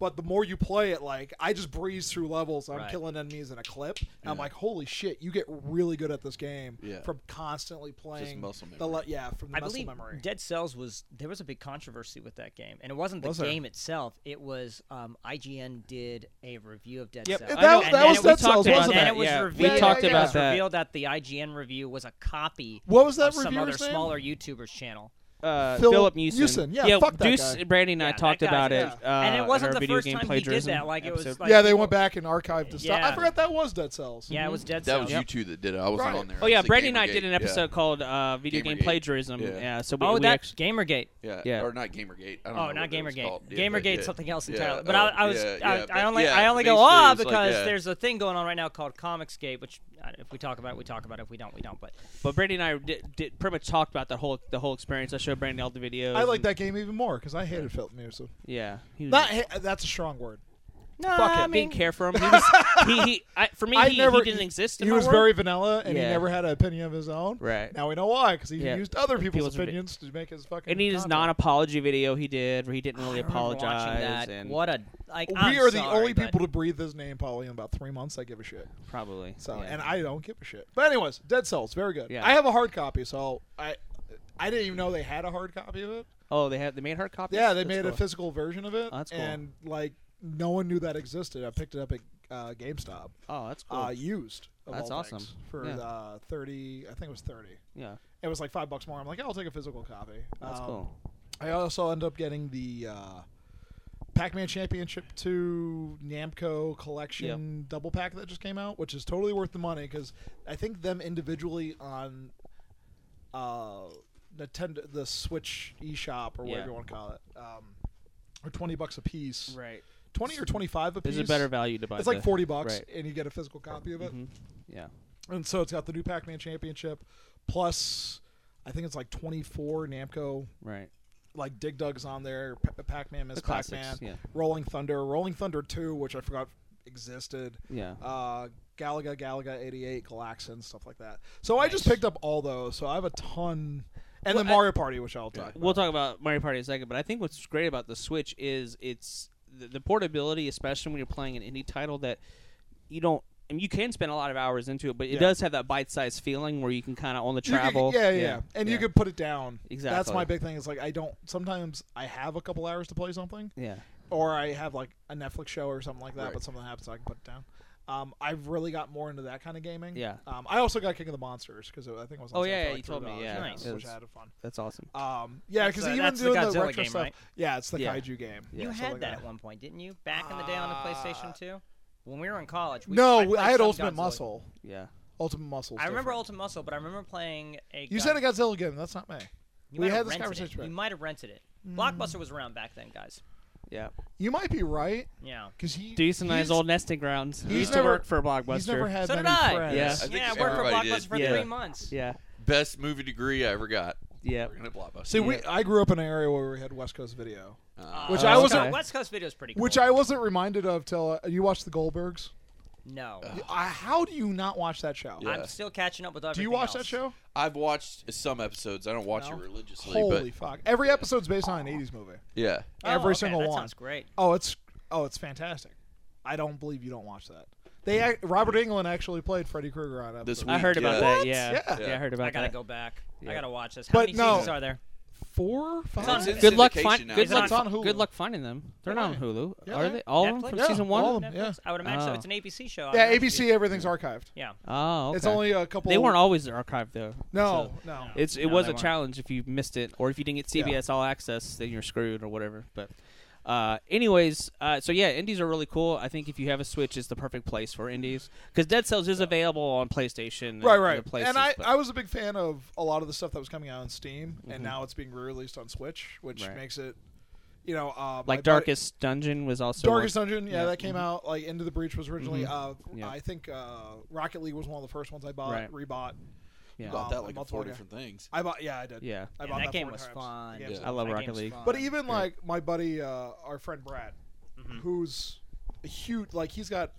Speaker 3: But the more you play it, like I just breeze through levels. I'm
Speaker 5: Right.
Speaker 3: killing enemies in a clip, and I'm
Speaker 4: Yeah.
Speaker 3: like, holy shit! You get really good at this game
Speaker 4: Yeah.
Speaker 3: from constantly playing
Speaker 4: muscle
Speaker 3: the
Speaker 4: memory.
Speaker 3: le- yeah from the
Speaker 5: I
Speaker 3: muscle
Speaker 5: believe
Speaker 3: memory.
Speaker 5: Dead Cells was there was a big controversy with that game, and it wasn't the
Speaker 3: Was there?
Speaker 5: game itself. It was um, IGN did a review of Dead
Speaker 1: Yep.
Speaker 5: Cells.
Speaker 1: That-
Speaker 3: that
Speaker 5: and
Speaker 3: that
Speaker 5: then
Speaker 3: was
Speaker 5: it
Speaker 3: Dead Cells,
Speaker 5: was,
Speaker 1: talked
Speaker 5: and
Speaker 1: about
Speaker 3: wasn't
Speaker 5: then
Speaker 1: that,
Speaker 5: it was
Speaker 1: yeah.
Speaker 5: revealed.
Speaker 1: We talked
Speaker 3: Yeah, yeah,
Speaker 5: it
Speaker 1: about
Speaker 5: was
Speaker 1: that.
Speaker 5: revealed that the IGN review was a copy
Speaker 3: What was that
Speaker 5: of some other
Speaker 3: reviewer's name?
Speaker 5: smaller YouTuber's channel.
Speaker 1: uh,
Speaker 3: Phil-
Speaker 1: Philip Mewson.
Speaker 3: Mewson, yeah, fuck that
Speaker 1: Deuce,
Speaker 3: guy.
Speaker 1: Brandy, and I
Speaker 5: Yeah, that
Speaker 1: talked
Speaker 5: guy's
Speaker 1: about
Speaker 5: a-
Speaker 1: it. Uh,
Speaker 5: And it
Speaker 1: in
Speaker 5: wasn't
Speaker 1: our
Speaker 5: the
Speaker 1: video
Speaker 5: first
Speaker 1: game
Speaker 5: time he did
Speaker 1: plagiarism
Speaker 5: that, like, it was
Speaker 1: episode.
Speaker 5: like-
Speaker 3: yeah, they went back and archived the stuff. I
Speaker 5: Yeah.
Speaker 3: forgot that was Dead Cells.
Speaker 5: Yeah, it was Dead
Speaker 4: That
Speaker 5: Cells.
Speaker 4: was you two that did it. I wasn't
Speaker 3: Right.
Speaker 4: on there.
Speaker 1: Oh yeah,
Speaker 4: It's the
Speaker 1: Brady and I did
Speaker 4: Gamergate.
Speaker 1: an episode called uh, "Video Game
Speaker 4: Gamergate.
Speaker 1: Plagiarism." Yeah.
Speaker 4: Yeah.
Speaker 1: so we,
Speaker 5: Oh,
Speaker 1: we
Speaker 5: that
Speaker 1: actually,
Speaker 5: Gamergate.
Speaker 4: Yeah.
Speaker 1: Yeah.
Speaker 4: Or not Gamergate. I don't know
Speaker 5: Oh,
Speaker 4: what
Speaker 5: not
Speaker 4: it was
Speaker 5: Gamergate.
Speaker 4: called. Yeah, but
Speaker 5: Gamergate's
Speaker 4: yeah.
Speaker 5: something else
Speaker 4: Yeah,
Speaker 5: entirely. But
Speaker 4: oh,
Speaker 5: I, I was,
Speaker 4: yeah,
Speaker 5: I,
Speaker 4: yeah,
Speaker 5: I
Speaker 4: but-
Speaker 5: only,
Speaker 4: yeah,
Speaker 5: I only go
Speaker 4: basically
Speaker 5: ah
Speaker 4: it's like,
Speaker 5: because
Speaker 4: yeah.
Speaker 5: there's a thing going on right now called Comicsgate, which I- if we talk about, it, we talk about. it. If we don't, we don't. But
Speaker 1: but Brady and I did, did pretty much talked about the whole the whole experience. I showed Brandy all the videos.
Speaker 3: I like
Speaker 1: and-
Speaker 3: that game even more because I hated Philip Mewson.
Speaker 1: Yeah, he was,
Speaker 3: Not ha- that's a strong word.
Speaker 5: no,
Speaker 1: Fuck
Speaker 5: I
Speaker 1: it,
Speaker 5: mean,
Speaker 1: didn't care for him. He was, he, he I, for me,
Speaker 3: I
Speaker 1: he,
Speaker 3: never- e,
Speaker 1: he didn't exist. In
Speaker 3: he
Speaker 1: my
Speaker 3: was
Speaker 1: world.
Speaker 3: very vanilla and
Speaker 1: Yeah.
Speaker 3: he never had an opinion of his own.
Speaker 1: Right.
Speaker 3: Now we know why because he
Speaker 1: Yeah.
Speaker 3: used other people's
Speaker 1: People's opi-
Speaker 3: opinions to make his fucking.
Speaker 1: And he his
Speaker 3: content.
Speaker 1: non-apology video he did, where he didn't really
Speaker 5: I remember watching
Speaker 1: apologize.
Speaker 5: that.
Speaker 1: And
Speaker 5: What a like.
Speaker 3: We
Speaker 5: I'm
Speaker 3: are the
Speaker 5: sorry,
Speaker 3: only
Speaker 5: but-
Speaker 3: people to breathe his name probably in about three months. I give a shit.
Speaker 1: Probably.
Speaker 3: So
Speaker 1: yeah.
Speaker 3: and I don't give a shit. But anyways, Dead Cells, very good.
Speaker 1: Yeah.
Speaker 3: I have a hard copy, so I I didn't even know they had a hard copy of it.
Speaker 1: oh, they had they made hard copies.
Speaker 3: Yeah, they
Speaker 1: That's
Speaker 3: made
Speaker 1: cool.
Speaker 3: a physical version of it,
Speaker 1: Oh, that's cool.
Speaker 3: and like no one knew that existed. I picked it up at uh, GameStop,
Speaker 1: Oh, that's cool.
Speaker 3: uh, used. Of
Speaker 1: That's
Speaker 3: all things,
Speaker 1: awesome.
Speaker 3: For
Speaker 1: Yeah.
Speaker 3: uh, thirty, I think it was thirty.
Speaker 1: yeah,
Speaker 3: It was like five bucks more. I'm like, I'll take a physical copy.
Speaker 1: that's
Speaker 3: Um,
Speaker 1: cool.
Speaker 3: I also end up getting the uh, Pac-Man Championship 2 Namco Collection double pack that just came out, which is totally worth the money because I think them individually on uh, Nintendo, the Switch eShop or whatever
Speaker 1: Yeah.
Speaker 3: you want to call it, um, are twenty bucks a piece.
Speaker 1: Right.
Speaker 3: Twenty or twenty-five a piece.
Speaker 1: There's a better value to buy.
Speaker 3: It's like
Speaker 1: the-
Speaker 3: forty bucks,
Speaker 1: Right.
Speaker 3: and you get a physical copy of it.
Speaker 1: Mhm. Yeah.
Speaker 3: And so it's got the new Pac-Man Championship, plus I think it's like twenty-four Namco
Speaker 1: Right.
Speaker 3: like Dig Dug's on there, P- Pac-Man Miss
Speaker 1: The classics,
Speaker 3: Pac-Man,
Speaker 1: yeah.
Speaker 3: Rolling Thunder, Rolling Thunder 2, which I forgot existed.
Speaker 1: Yeah.
Speaker 3: Uh, Galaga, Galaga 88, Galaxin, stuff like that. So I just picked up all those. So I have a ton. And the
Speaker 1: I-
Speaker 3: Mario Party, which I'll talk.
Speaker 1: We'll talk about Mario Party in a second, but I think what's great about the Switch is it's the, the portability, especially when you're playing an indie title that you don't. I mean, you can spend a lot of hours into it, but it
Speaker 3: Yeah.
Speaker 1: does have that bite-sized feeling where you can kind of on the
Speaker 3: You could-
Speaker 1: travel.
Speaker 3: yeah, yeah, yeah. And you could put it down. That's
Speaker 1: Exactly.
Speaker 3: my big thing. Is like I don't. Sometimes I have a couple hours to play something,
Speaker 1: Yeah.
Speaker 3: or I have like a Netflix show or something like that.
Speaker 4: Right.
Speaker 3: But something happens, so I can put it down. Um, I've really got more into that kind of gaming.
Speaker 1: Yeah.
Speaker 3: Um, I also got King of the Monsters because I think it was. On
Speaker 1: Oh,
Speaker 3: sale
Speaker 1: yeah,
Speaker 3: for,
Speaker 1: yeah,
Speaker 3: like
Speaker 1: you told me,
Speaker 3: $3,
Speaker 1: yeah.
Speaker 5: Nice.
Speaker 3: which
Speaker 1: Yes.
Speaker 3: I had fun.
Speaker 1: That's awesome.
Speaker 3: Um, yeah,
Speaker 5: That's,
Speaker 3: because
Speaker 5: uh,
Speaker 3: even
Speaker 5: that's the
Speaker 3: doing the,
Speaker 5: Godzilla
Speaker 3: retro
Speaker 5: game,
Speaker 3: stuff,
Speaker 5: right?
Speaker 3: yeah, it's the
Speaker 1: Yeah.
Speaker 3: kaiju game.
Speaker 1: Yeah,
Speaker 5: you
Speaker 3: stuff
Speaker 5: had
Speaker 3: like
Speaker 5: that at one point, didn't you? Back in the day on the PlayStation 2? When we were in college. We,
Speaker 3: Uh, No,
Speaker 5: played
Speaker 3: I, had
Speaker 5: some
Speaker 3: Ultimate
Speaker 5: Godzilla.
Speaker 3: Muscle.
Speaker 1: Yeah.
Speaker 3: Ultimate Muscle.
Speaker 5: I remember Ultimate Muscle, but I remember playing a.
Speaker 3: You
Speaker 5: God-
Speaker 3: said a Godzilla game. That's not me. we
Speaker 5: you might
Speaker 3: had
Speaker 5: have
Speaker 3: this
Speaker 5: rented
Speaker 3: conversation Hmm.
Speaker 5: It.
Speaker 3: back.
Speaker 5: You might have rented it. Blockbuster was around back then, guys.
Speaker 1: Yeah.
Speaker 3: You might be right
Speaker 5: Yeah.
Speaker 3: because he.
Speaker 1: Deuce and I's
Speaker 3: he's-
Speaker 1: old nesting grounds. We
Speaker 3: he's
Speaker 1: used to
Speaker 3: never-
Speaker 1: work for Blockbuster.
Speaker 3: He's never had
Speaker 5: So
Speaker 3: many
Speaker 5: did I.
Speaker 3: friends.
Speaker 1: Yeah. I
Speaker 4: think
Speaker 5: yeah, I worked for
Speaker 4: everybody
Speaker 5: Blockbuster
Speaker 4: did.
Speaker 5: for
Speaker 1: Yeah.
Speaker 5: three months.
Speaker 1: yeah.
Speaker 4: Best movie degree I ever got.
Speaker 1: Yeah.
Speaker 4: We're gonna blockbuster.
Speaker 3: See, we.
Speaker 1: Yeah.
Speaker 3: I grew up in an area where we had West Coast Video,
Speaker 4: Uh,
Speaker 3: Which
Speaker 5: Uh,
Speaker 1: I
Speaker 5: West
Speaker 1: wasn't-
Speaker 5: Coast- West Coast video is pretty cool.
Speaker 3: which I wasn't reminded of till uh, you watched The Goldbergs.
Speaker 5: No.
Speaker 3: I, how do you not watch that show?
Speaker 4: Yeah.
Speaker 5: I'm still catching up with everything
Speaker 3: Do you watch
Speaker 5: else.
Speaker 3: that show?
Speaker 4: I've watched some episodes. I don't watch
Speaker 3: No?
Speaker 4: it religiously,
Speaker 3: Holy
Speaker 4: but
Speaker 3: fuck! Every episode's based on an '80s movie.
Speaker 4: yeah.
Speaker 5: Oh,
Speaker 3: Every
Speaker 5: okay,
Speaker 3: single
Speaker 5: that
Speaker 3: one.
Speaker 5: sounds great.
Speaker 3: Oh, it's oh, it's fantastic. I don't believe you don't watch that. They ac- Robert England actually played Freddy Krueger on
Speaker 4: This
Speaker 3: episode
Speaker 1: I heard
Speaker 4: Yeah.
Speaker 1: about that.
Speaker 4: What?
Speaker 1: Yeah.
Speaker 3: Yeah.
Speaker 1: I heard about
Speaker 5: I gotta
Speaker 1: that.
Speaker 5: go back.
Speaker 1: Yeah.
Speaker 5: I gotta watch this. How
Speaker 3: But
Speaker 5: many
Speaker 3: no.
Speaker 5: seasons are there?
Speaker 3: four, five.
Speaker 5: on Netflix.
Speaker 1: Good luck,
Speaker 4: Syndication
Speaker 1: find,
Speaker 4: now.
Speaker 1: good,
Speaker 4: Is it
Speaker 1: luck,
Speaker 3: on- It's on Hulu.
Speaker 1: good luck finding them. They're not on Hulu.
Speaker 3: Yeah.
Speaker 1: Are they? All of them
Speaker 5: Netflix?
Speaker 1: from
Speaker 5: Yeah,
Speaker 1: season
Speaker 3: all
Speaker 1: one?
Speaker 3: of them. Yeah.
Speaker 5: Netflix? I would imagine so.
Speaker 1: Oh.
Speaker 5: It's an ABC show. I
Speaker 3: yeah,
Speaker 5: imagine
Speaker 3: ABC. Everything's archived.
Speaker 5: Yeah.
Speaker 1: Oh,
Speaker 3: It's
Speaker 1: okay.
Speaker 3: only a couple.
Speaker 1: They weren't always archived though.
Speaker 3: No,
Speaker 1: so-
Speaker 3: no.
Speaker 1: It's it
Speaker 5: No,
Speaker 1: was
Speaker 5: they
Speaker 1: a
Speaker 5: weren't.
Speaker 1: challenge if you missed it or if you didn't get
Speaker 3: Yeah.
Speaker 1: CBS All Access, then you're screwed or whatever. But, uh, anyways, uh, so yeah, indies are really cool. I think if you have a Switch, it's the perfect place for indies because Dead Cells is available on PlayStation. and
Speaker 3: right,
Speaker 1: other
Speaker 3: right.
Speaker 1: Places,
Speaker 3: and I,
Speaker 1: but- Mm-hmm.
Speaker 3: I was a big fan of a lot of the stuff that was coming out on Steam, and now it's being re-released on Switch, which
Speaker 1: Right.
Speaker 3: makes it, you know, uh, my
Speaker 1: like
Speaker 3: buddy-
Speaker 1: Darkest Dungeon was also on-
Speaker 3: Darkest Dungeon, yeah,
Speaker 1: yeah. mm-hmm.
Speaker 3: that came out. Like Into the Breach was originally. Uh,
Speaker 1: Yeah.
Speaker 3: I think uh, Rocket League was one of the first ones I bought,
Speaker 1: Right.
Speaker 3: rebought.
Speaker 1: Yeah.
Speaker 4: Bought
Speaker 3: Um,
Speaker 4: that like
Speaker 3: multiple
Speaker 4: four
Speaker 3: guy-
Speaker 4: different things.
Speaker 3: I bought, yeah, I did.
Speaker 1: yeah,
Speaker 3: I
Speaker 5: Yeah,
Speaker 3: bought
Speaker 5: that
Speaker 3: that
Speaker 5: game
Speaker 3: four
Speaker 5: was
Speaker 3: times.
Speaker 5: fun.
Speaker 3: The game's
Speaker 4: Yeah.
Speaker 1: I love
Speaker 5: That
Speaker 1: Rocket
Speaker 5: game's
Speaker 1: League.
Speaker 5: fun.
Speaker 3: But even
Speaker 1: Yeah.
Speaker 3: like my buddy, uh, our friend Brad,
Speaker 4: Mm-hmm.
Speaker 3: who's a huge, like he's got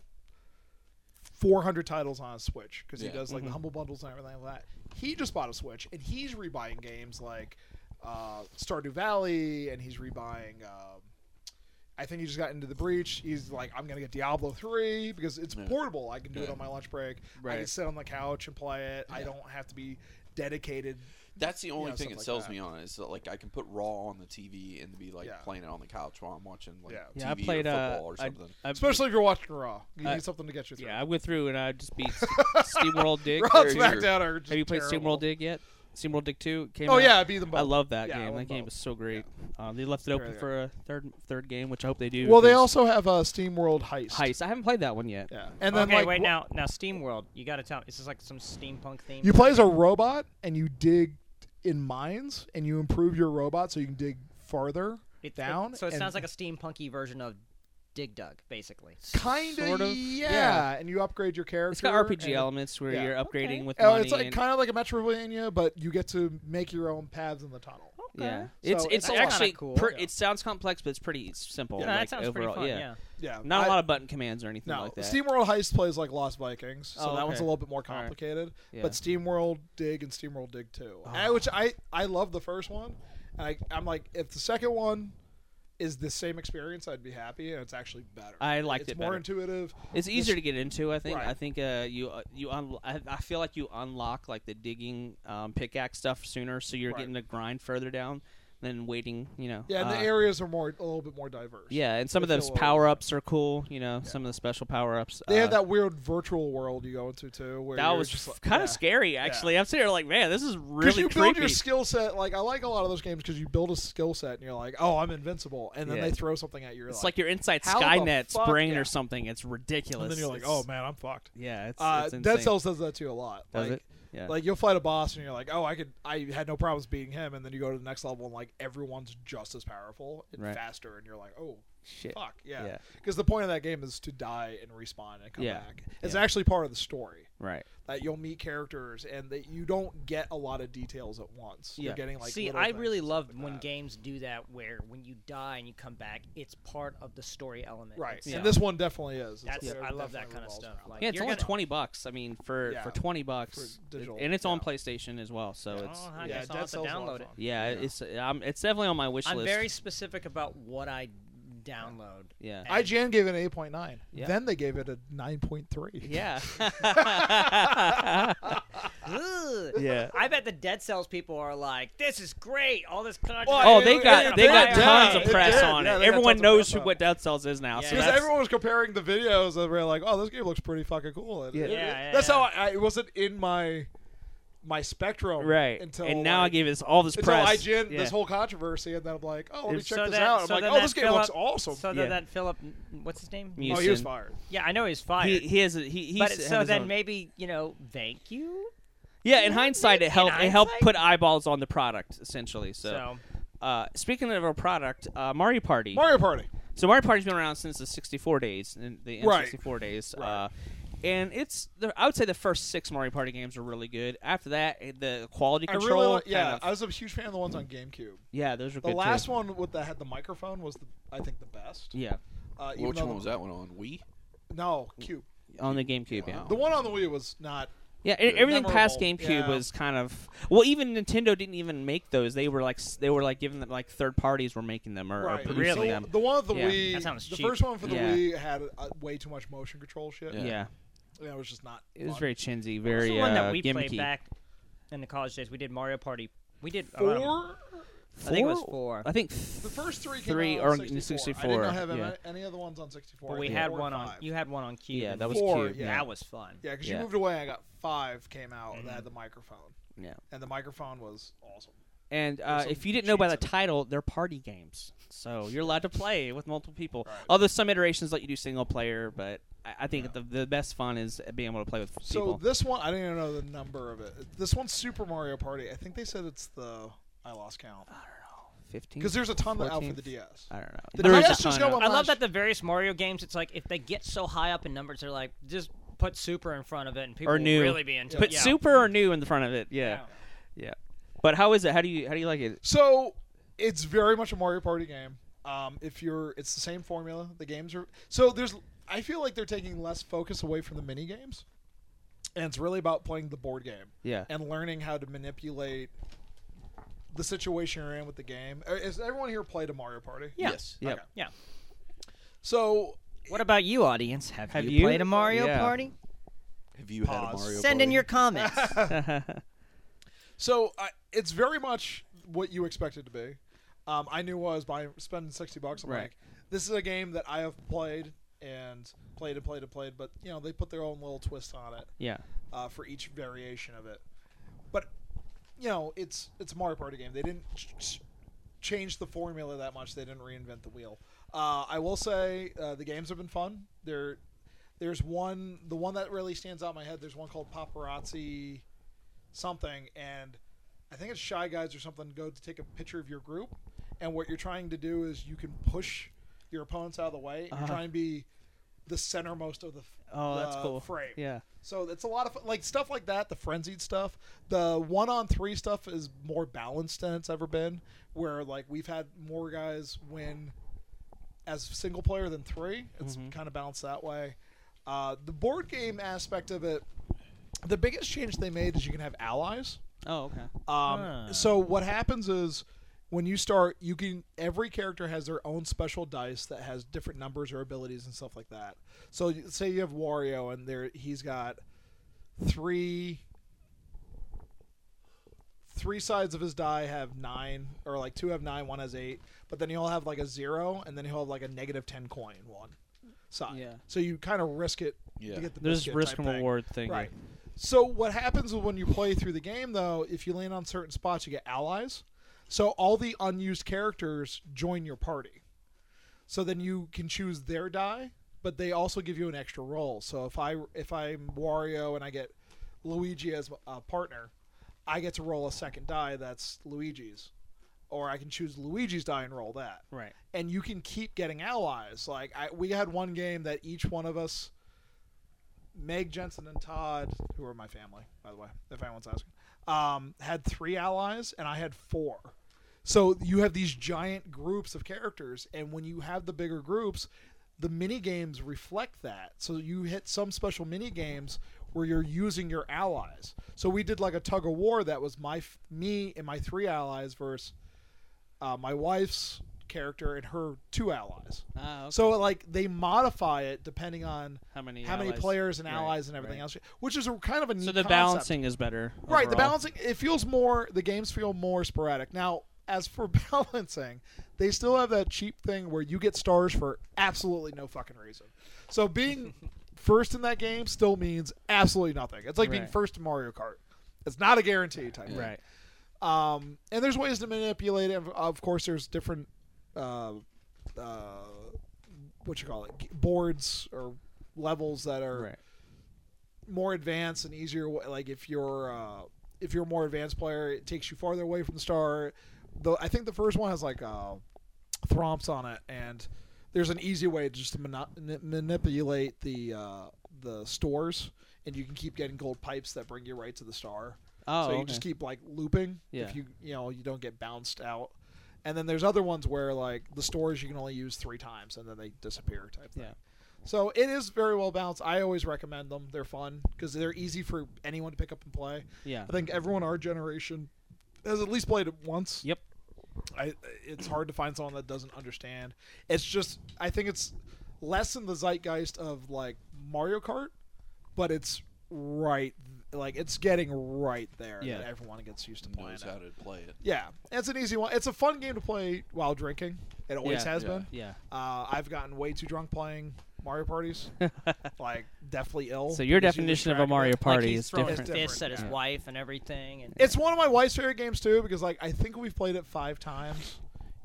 Speaker 3: 400 titles on his Switch because
Speaker 4: Yeah. Mm-hmm.
Speaker 3: he does like the humble bundles and everything like that. He just bought a Switch and he's rebuying games like uh, Stardew Valley, and he's rebuying. Um, I think he just got into the breach. He's like, I'm gonna get Diablo three because it's
Speaker 4: Yeah.
Speaker 3: portable. I can do it
Speaker 4: Yeah.
Speaker 3: on my lunch break. I can
Speaker 1: Right.
Speaker 3: sit on the couch and play it. I
Speaker 4: Yeah.
Speaker 3: don't have to be dedicated.
Speaker 4: That's the only
Speaker 3: know,
Speaker 4: thing
Speaker 3: stuff
Speaker 4: it
Speaker 3: like
Speaker 4: sells
Speaker 3: that.
Speaker 4: me on is that, like I can put Raw on the TV and be like
Speaker 3: Yeah.
Speaker 4: playing it on the couch while I'm watching like
Speaker 3: Yeah.
Speaker 1: yeah, I
Speaker 4: TV
Speaker 1: played
Speaker 4: or
Speaker 1: uh,
Speaker 4: football or
Speaker 1: I-
Speaker 4: something.
Speaker 1: I-
Speaker 3: Especially if you're watching Raw, you
Speaker 1: Uh,
Speaker 3: need something to get you through.
Speaker 1: yeah, I went through and I just beat SteamWorld Dig.
Speaker 3: Raw
Speaker 4: Very
Speaker 3: and
Speaker 4: true.
Speaker 3: SmackDown are just
Speaker 1: Have you played
Speaker 3: terrible.
Speaker 1: SteamWorld Dig yet? SteamWorld Dig Two came.
Speaker 3: Oh
Speaker 1: out.
Speaker 3: yeah, I beat them both.
Speaker 1: I love that
Speaker 3: Yeah, I
Speaker 1: game.
Speaker 3: love
Speaker 1: That game
Speaker 3: both.
Speaker 1: is so great. Um, they left it open
Speaker 3: Very good.
Speaker 1: for a third third game, which I hope they do.
Speaker 3: Well, they
Speaker 1: because-
Speaker 3: also have a SteamWorld heist.
Speaker 1: heist. I haven't played that one yet.
Speaker 3: Yeah. And then
Speaker 5: okay,
Speaker 3: like
Speaker 5: wait
Speaker 3: wh-
Speaker 5: now. Now SteamWorld, you gotta tell. This is like some steampunk theme.
Speaker 3: you play as a robot and you dig in mines and you improve your robot so you can dig farther
Speaker 5: It- it-
Speaker 3: down.
Speaker 5: so it
Speaker 3: and
Speaker 5: sounds like a steampunky version of Dig Dug, basically.
Speaker 3: kind
Speaker 1: sort of-
Speaker 3: yeah.
Speaker 1: yeah.
Speaker 3: and you upgrade your character.
Speaker 1: It's got RPG
Speaker 3: and-
Speaker 1: elements where
Speaker 3: yeah.
Speaker 1: you're upgrading
Speaker 5: Okay.
Speaker 1: with
Speaker 3: Oh,
Speaker 1: money.
Speaker 3: it's like
Speaker 1: and-
Speaker 3: kind of like a Metroidvania, but you get to make your own paths in the tunnel.
Speaker 1: yeah,
Speaker 5: Okay.
Speaker 1: it's
Speaker 3: So
Speaker 1: it's
Speaker 3: it's a lot.
Speaker 1: actually
Speaker 5: Kinda cool.
Speaker 1: pre-
Speaker 3: Yeah.
Speaker 1: it sounds complex, but it's pretty simple.
Speaker 5: No,
Speaker 1: like,
Speaker 5: that sounds
Speaker 1: overall,
Speaker 5: pretty fun.
Speaker 1: yeah.
Speaker 5: Yeah.
Speaker 3: Yeah,
Speaker 1: Not
Speaker 3: a
Speaker 1: a lot of button commands or anything
Speaker 3: No,
Speaker 1: like that.
Speaker 3: SteamWorld Heist plays like Lost Vikings, so
Speaker 1: Oh,
Speaker 3: that one's
Speaker 1: okay.
Speaker 3: a little bit more
Speaker 1: All right.
Speaker 3: complicated.
Speaker 1: Yeah. Oh.
Speaker 3: But SteamWorld Dig and SteamWorld Dig Two, I, which I I love the first one, and I, I'm like, if the second one is the same experience, I'd be happy, and it's actually better.
Speaker 1: I liked
Speaker 3: it's
Speaker 1: it
Speaker 3: more
Speaker 1: better.
Speaker 3: intuitive.
Speaker 1: It's
Speaker 3: This-
Speaker 1: easier to get into, I think.
Speaker 3: Right.
Speaker 1: I think uh, you uh, you un- I, I feel like you unlock like the digging um, pickaxe stuff sooner, so you're
Speaker 3: Right.
Speaker 1: getting to grind further down than waiting. You know.
Speaker 3: Yeah, and
Speaker 1: uh,
Speaker 3: the areas are more a little bit more diverse.
Speaker 1: Yeah, and some of
Speaker 3: they
Speaker 1: those
Speaker 3: feel a little
Speaker 1: power ups are cool. You know, some of the special power ups. uh,
Speaker 3: They have that weird virtual world you go into too, where
Speaker 1: That
Speaker 3: you're
Speaker 1: was
Speaker 3: just like-
Speaker 1: kind of
Speaker 3: yeah.
Speaker 1: scary, actually. I'm sitting here like, man, this is
Speaker 3: Because
Speaker 1: really
Speaker 3: you build
Speaker 1: creepy.
Speaker 3: your skill set, like I like a lot of those games because you build a skill set and you're like, oh, I'm invincible, and then
Speaker 1: Yeah.
Speaker 3: they throw something at you. you're
Speaker 1: it's like you're inside
Speaker 3: how the
Speaker 1: Skynet's
Speaker 3: fuck-
Speaker 1: brain
Speaker 3: yeah.
Speaker 1: or something. It's ridiculous.
Speaker 3: and then you're like,
Speaker 1: It's-
Speaker 3: oh man, I'm fucked.
Speaker 1: yeah, it's,
Speaker 3: Uh,
Speaker 1: it's
Speaker 3: Dead
Speaker 1: insane.
Speaker 3: Cells does that to you a lot.
Speaker 1: Does
Speaker 3: like,
Speaker 1: it? Yeah.
Speaker 3: Like you'll fight a boss and you're like, oh, I could, I had no problems beating him, and then you go to the next level and like everyone's just as powerful and
Speaker 1: Right.
Speaker 3: faster, and you're like, oh,
Speaker 1: Shit.
Speaker 3: fuck, yeah.
Speaker 1: Yeah.
Speaker 3: Because the point of that game is to die and respawn and come
Speaker 1: Yeah.
Speaker 3: back. It's
Speaker 1: Yeah.
Speaker 3: actually part of the story
Speaker 1: Right.
Speaker 3: that you'll meet characters and that you don't get a lot of details at once. You're
Speaker 1: Yeah.
Speaker 3: getting like
Speaker 5: See,
Speaker 3: little
Speaker 5: I
Speaker 3: things
Speaker 5: really
Speaker 3: and
Speaker 5: love
Speaker 3: stuff like
Speaker 5: when
Speaker 3: that.
Speaker 5: games do that, where when you die and you come back, it's part of the story element.
Speaker 3: Right,
Speaker 5: itself.
Speaker 3: and this one definitely is. It's
Speaker 5: That's
Speaker 3: like-
Speaker 5: I
Speaker 3: it
Speaker 5: love
Speaker 3: definitely
Speaker 5: that kind of
Speaker 3: revolves
Speaker 5: stuff.
Speaker 3: around
Speaker 5: Like,
Speaker 1: Yeah, it's
Speaker 5: you're
Speaker 1: only
Speaker 5: gonna-
Speaker 1: twenty bucks. I mean, for
Speaker 3: Yeah.
Speaker 1: for twenty bucks,
Speaker 3: For digital,
Speaker 1: and it's on
Speaker 3: yeah.
Speaker 1: PlayStation as well. So
Speaker 5: Oh,
Speaker 1: it's
Speaker 5: I
Speaker 3: yeah,
Speaker 5: guess I'll
Speaker 3: Dead
Speaker 5: have to
Speaker 3: Cells is a lot
Speaker 5: download
Speaker 3: of
Speaker 5: it.
Speaker 3: fun.
Speaker 1: yeah, it's um, it's definitely on my wish
Speaker 5: I'm
Speaker 1: list.
Speaker 5: very specific about what I download.
Speaker 1: yeah,
Speaker 5: and-
Speaker 3: IGN gave it an 8.9.
Speaker 1: Yeah.
Speaker 3: Then they gave it a 9.3.
Speaker 1: yeah,
Speaker 5: Ugh.
Speaker 1: yeah.
Speaker 5: I bet the Dead Cells people are like, "This is great! All this content."
Speaker 1: Oh,
Speaker 3: it-
Speaker 1: they
Speaker 3: it-
Speaker 1: got
Speaker 3: it
Speaker 1: they got
Speaker 3: did,
Speaker 1: tons
Speaker 3: yeah,
Speaker 1: of
Speaker 3: it
Speaker 1: press
Speaker 3: did,
Speaker 1: on
Speaker 3: yeah, they
Speaker 1: it.
Speaker 3: got
Speaker 1: Everyone
Speaker 3: tons of
Speaker 1: knows
Speaker 3: press
Speaker 1: who,
Speaker 3: on
Speaker 1: what Dead Cells is now. So
Speaker 5: Yeah.
Speaker 3: Because
Speaker 1: that's,
Speaker 3: everyone was comparing the videos, and we are like, "Oh, this game looks pretty fucking cool." And
Speaker 1: Yeah.
Speaker 3: it- it-
Speaker 5: Yeah,
Speaker 3: that's
Speaker 5: yeah.
Speaker 3: how I, I- it wasn't in my my spectrum,
Speaker 1: right.
Speaker 3: Until
Speaker 1: and now I
Speaker 3: like,
Speaker 1: give us all this
Speaker 3: until
Speaker 1: press.
Speaker 3: IGN
Speaker 1: yeah.
Speaker 3: this whole controversy, and then I'm like, "Oh, let me
Speaker 1: If-
Speaker 3: check
Speaker 5: so
Speaker 3: this
Speaker 5: that-
Speaker 3: out." I'm
Speaker 5: so
Speaker 3: like,
Speaker 5: then
Speaker 3: "Oh,
Speaker 5: that
Speaker 3: this game
Speaker 5: Philip-
Speaker 3: looks awesome."
Speaker 5: So
Speaker 1: Yeah.
Speaker 5: then that Philip, what's his name?
Speaker 1: Mu-
Speaker 3: oh, he was
Speaker 1: Houston.
Speaker 3: fired.
Speaker 5: Yeah, I know he's fired.
Speaker 1: he, he has a, he, he
Speaker 5: but
Speaker 1: s-
Speaker 5: so
Speaker 1: has his
Speaker 5: then
Speaker 1: own-
Speaker 5: maybe you know, thank you.
Speaker 1: yeah. In hindsight, it
Speaker 5: In
Speaker 1: helped. It helped
Speaker 5: hindsight?
Speaker 1: put eyeballs on the product essentially.
Speaker 5: So,
Speaker 1: So, uh, speaking of our product, uh, Mario Party.
Speaker 3: Mario Party.
Speaker 1: So Mario Party's been around since the 64 days, and the
Speaker 3: Right.
Speaker 1: N64 days,
Speaker 3: Right.
Speaker 1: uh, and it's the, I would say the first six Mario Party games are really good. After that, eh, the quality
Speaker 3: I
Speaker 1: control,
Speaker 3: really, like,
Speaker 1: kind
Speaker 3: yeah.
Speaker 1: of-
Speaker 3: I was a huge fan of the ones on GameCube.
Speaker 1: yeah, those are
Speaker 3: The
Speaker 1: good.
Speaker 3: last
Speaker 1: too.
Speaker 3: one with that had the microphone was, the, I think, the best.
Speaker 1: yeah,
Speaker 3: Uh, even
Speaker 4: Which
Speaker 3: though
Speaker 4: one
Speaker 3: the-
Speaker 4: was that one on? Wii?
Speaker 3: No, Cube.
Speaker 1: on the GameCube, yeah,
Speaker 4: Wow.
Speaker 3: The one on the Wii was not.
Speaker 1: yeah. e- everything past
Speaker 3: Memorable,
Speaker 1: GameCube
Speaker 3: yeah.
Speaker 1: was kind of well. Even Nintendo didn't even make those. They were like s- they were like giving them like third parties were making them or, or
Speaker 3: Right.
Speaker 1: producing
Speaker 3: So
Speaker 1: them.
Speaker 3: The one with the
Speaker 1: Yeah.
Speaker 3: Wii,
Speaker 5: That sounds
Speaker 3: the
Speaker 5: cheap.
Speaker 3: first one for the
Speaker 1: Yeah.
Speaker 3: Wii had uh, way too much motion control shit.
Speaker 1: Yeah.
Speaker 4: Yeah.
Speaker 3: Yeah, it was just not.
Speaker 1: it was
Speaker 3: fun.
Speaker 1: very chintzy,
Speaker 5: What's
Speaker 1: very
Speaker 5: the one
Speaker 1: uh,
Speaker 5: that we
Speaker 1: gimmicky.
Speaker 5: played back in the college days. We did Mario Party. We did a lot of-
Speaker 3: four.
Speaker 5: I think it was four.
Speaker 1: I think
Speaker 3: The first three. Came
Speaker 1: Three
Speaker 3: out on
Speaker 1: or
Speaker 3: 64.
Speaker 1: 64,
Speaker 3: I didn't have
Speaker 1: yeah.
Speaker 3: any, any other ones on 64.
Speaker 5: But we
Speaker 3: I
Speaker 5: had
Speaker 3: four
Speaker 5: one
Speaker 3: and
Speaker 5: on.
Speaker 3: five.
Speaker 5: You had one on Cube.
Speaker 1: yeah,
Speaker 5: and
Speaker 1: that was
Speaker 3: Four,
Speaker 1: cute.
Speaker 3: yeah.
Speaker 5: that was fun.
Speaker 3: Yeah, because
Speaker 1: yeah.
Speaker 3: you moved away. I got five came out that
Speaker 5: Mm-hmm.
Speaker 3: had the microphone,
Speaker 1: yeah.
Speaker 3: and the microphone was awesome.
Speaker 1: And uh,
Speaker 3: some
Speaker 1: if you didn't know by the
Speaker 3: cheats in it.
Speaker 1: title, they're party games, so you're allowed to play with multiple people. Although some iterations let you do single player, but I, I think the the best fun is being able to play with
Speaker 3: So
Speaker 1: people.
Speaker 3: this one, I didn't even know the number of it. This one's Super Mario Party. I think they said it's the. I lost count
Speaker 1: Fifteen.
Speaker 3: because there's a ton out for
Speaker 1: 14th?
Speaker 3: the DS.
Speaker 1: I don't know.
Speaker 3: The
Speaker 1: There is
Speaker 3: DS
Speaker 1: a
Speaker 3: just
Speaker 1: ton of-
Speaker 3: got one
Speaker 5: I love
Speaker 3: last-
Speaker 5: that the various Mario games. It's like if they get so high up in numbers, they're like just put Super in front of it, and people
Speaker 1: Or
Speaker 5: will
Speaker 1: new.
Speaker 5: really be into
Speaker 1: Put
Speaker 5: it. Yeah.
Speaker 1: super or new in the front of it. Yeah. yeah, But how is it? How do you how do you like it?
Speaker 3: So it's very much a Mario Party game. Um, if you're, it's the same formula. The games are so there's. I feel like they're taking less focus away from the mini games, and it's really about playing the board game
Speaker 1: Yeah,
Speaker 3: and learning how to manipulate the situation you're in with the game. Uh, Has everyone here played a Mario Party?
Speaker 5: Yeah.
Speaker 4: Yes.
Speaker 1: yeah.
Speaker 3: Okay.
Speaker 5: Yeah.
Speaker 3: So
Speaker 5: What about you, audience? Have,
Speaker 1: Have
Speaker 5: you,
Speaker 1: you?
Speaker 5: played a Mario
Speaker 1: Yeah.
Speaker 5: Party?
Speaker 4: Have you had a
Speaker 3: Pause.
Speaker 4: Mario?
Speaker 5: Send in
Speaker 4: Party?
Speaker 5: your comments.
Speaker 3: So I it's very much what you expect it to be. Um, I knew I was by spending sixty bucks. I'm
Speaker 1: Right.
Speaker 3: like, this is a game that I have played and played and played and played, but you know they put their own little twist on it
Speaker 1: yeah.
Speaker 3: uh, for each variation of it. But you know, it's it's a Mario Party game. They didn't ch- ch- change the formula that much. They didn't reinvent the wheel. Uh, I will say uh, the games have been fun. There, there's one the one that really stands out in my head. There's one called Paparazzi something, and I think it's Shy Guys or something. Go to take a picture of your group, and what you're trying to do is you can push your opponents out of the way. And
Speaker 1: Uh-huh.
Speaker 3: You're trying to be the centermost of the f-
Speaker 1: Oh, that's
Speaker 3: the
Speaker 1: cool.
Speaker 3: frame.
Speaker 1: Yeah,
Speaker 3: So it's a lot of fun. like stuff like that, the frenzied stuff. The one on three stuff is more balanced than it's ever been, where like we've had more guys win as single player than three. It's
Speaker 1: Mm-hmm.
Speaker 3: kind of balanced that way. Uh, the board game aspect of it, the biggest change they made is you can have allies.
Speaker 1: Oh, okay.
Speaker 3: Um,
Speaker 5: Huh.
Speaker 3: So what happens is when you start, you can every character has their own special dice that has different numbers or abilities and stuff like that. So y- say you have Wario and there he's got three three sides of his die have nine, or like two have nine, one has eight. But then he'll have like a zero, and then he'll have like a negative ten coin one side.
Speaker 1: Yeah.
Speaker 3: So you kind of risk it.
Speaker 4: Yeah.
Speaker 3: To get the
Speaker 1: There's
Speaker 3: biscuit
Speaker 1: risk
Speaker 3: type
Speaker 1: and
Speaker 3: thing.
Speaker 1: reward thing. yeah.
Speaker 3: Right. So what happens when you play through the game, though, if you land on certain spots, you get allies. So all the unused characters join your party. So then you can choose their die, but they also give you an extra roll. So if I if I'm Wario and I get Luigi as a partner, I get to roll a second die that's Luigi's, or I can choose Luigi's die and roll that
Speaker 1: Right.
Speaker 3: and you can keep getting allies. Like I, we had one game that each one of us, Meg Jensen and Todd, who are my family, by the way, if anyone's asking, um, had three allies, and I had four. So you have these giant groups of characters, and when you have the bigger groups, the mini games reflect that. So you hit some special mini games where you're using your allies. So we did like a tug of war that was my f- me and my three allies versus uh, my wife's character and her two allies.
Speaker 1: Ah, okay.
Speaker 3: So like they modify it depending on
Speaker 1: How many
Speaker 3: how many
Speaker 1: allies.
Speaker 3: players and
Speaker 1: Right,
Speaker 3: allies and everything
Speaker 1: right.
Speaker 3: else, which is a, kind of a neat
Speaker 1: So the
Speaker 3: concept.
Speaker 1: balancing is better.
Speaker 3: Right, the
Speaker 1: overall.
Speaker 3: balancing it feels more the games feel more sporadic. Now, as for balancing, they still have that cheap thing where you get stars for absolutely no fucking reason. So being first in that game still means absolutely nothing. It's like being
Speaker 1: Right.
Speaker 3: first in Mario Kart. It's not a guarantee type thing.
Speaker 1: Right.
Speaker 3: Um, and there's ways to manipulate it. Of course, there's different, uh, uh, what you call it, g- boards or levels that are
Speaker 1: Right.
Speaker 3: more advanced and easier. wa- Like if you're uh, if you're a more advanced player, it takes you farther away from the star. Though I think the first one has like uh, thromps on it, and there's an easy way just to mono- n- manipulate the uh, the stores, and you can keep getting gold pipes that bring you right to the star.
Speaker 1: Oh,
Speaker 3: so you
Speaker 1: okay.
Speaker 3: just keep like looping
Speaker 1: Yeah.
Speaker 3: if you you know you don't get bounced out. And then there's other ones where like the stores you can only use three times and then they disappear type thing.
Speaker 1: Yeah.
Speaker 3: So it is very well balanced. I always recommend them. They're fun because they're easy for anyone to pick up and play.
Speaker 1: Yeah.
Speaker 3: I think everyone our generation has at least played it once.
Speaker 1: Yep.
Speaker 3: I, it's hard to find someone that doesn't understand. It's just I think it's less in the zeitgeist of like Mario Kart, but it's right like it's getting right there
Speaker 1: Yeah.
Speaker 3: that everyone gets used to playing
Speaker 4: knows
Speaker 3: it.
Speaker 4: how to play it.
Speaker 3: Yeah, it's an easy one. It's a fun game to play while drinking. It always
Speaker 1: Yeah.
Speaker 3: has
Speaker 4: Yeah.
Speaker 3: been.
Speaker 1: Yeah.
Speaker 3: Uh, I've gotten way too drunk playing Mario parties. like deathly ill.
Speaker 1: So your
Speaker 3: because you lose
Speaker 1: definition of a
Speaker 3: track it.
Speaker 1: Mario
Speaker 5: Like,
Speaker 1: party
Speaker 5: he's
Speaker 1: is
Speaker 5: throwing
Speaker 1: different.
Speaker 3: different.
Speaker 5: fists at his
Speaker 1: Yeah.
Speaker 5: wife and everything. And
Speaker 3: It's one of my wife's favorite games too because like I think we've played it five times,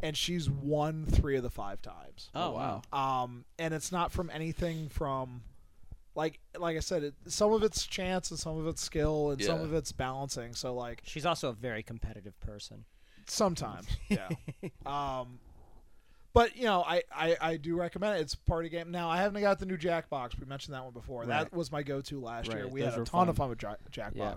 Speaker 3: and she's won three of the five times.
Speaker 1: Oh wow.
Speaker 3: Um, and it's not from anything from. Like, like I said, it, some of it's chance and some of it's skill and some
Speaker 4: Yeah.
Speaker 3: of it's balancing. So, like,
Speaker 5: she's also a very competitive person.
Speaker 3: sometimes yeah um but you know I, I i do recommend it it's a party game now i haven't got the new jackbox we mentioned that one before that
Speaker 1: Right.
Speaker 3: was my go-to last year
Speaker 1: Right,
Speaker 3: we
Speaker 1: those
Speaker 3: had a
Speaker 1: were
Speaker 3: ton of fun
Speaker 1: fun.
Speaker 3: with ja- jackbox
Speaker 1: Yeah.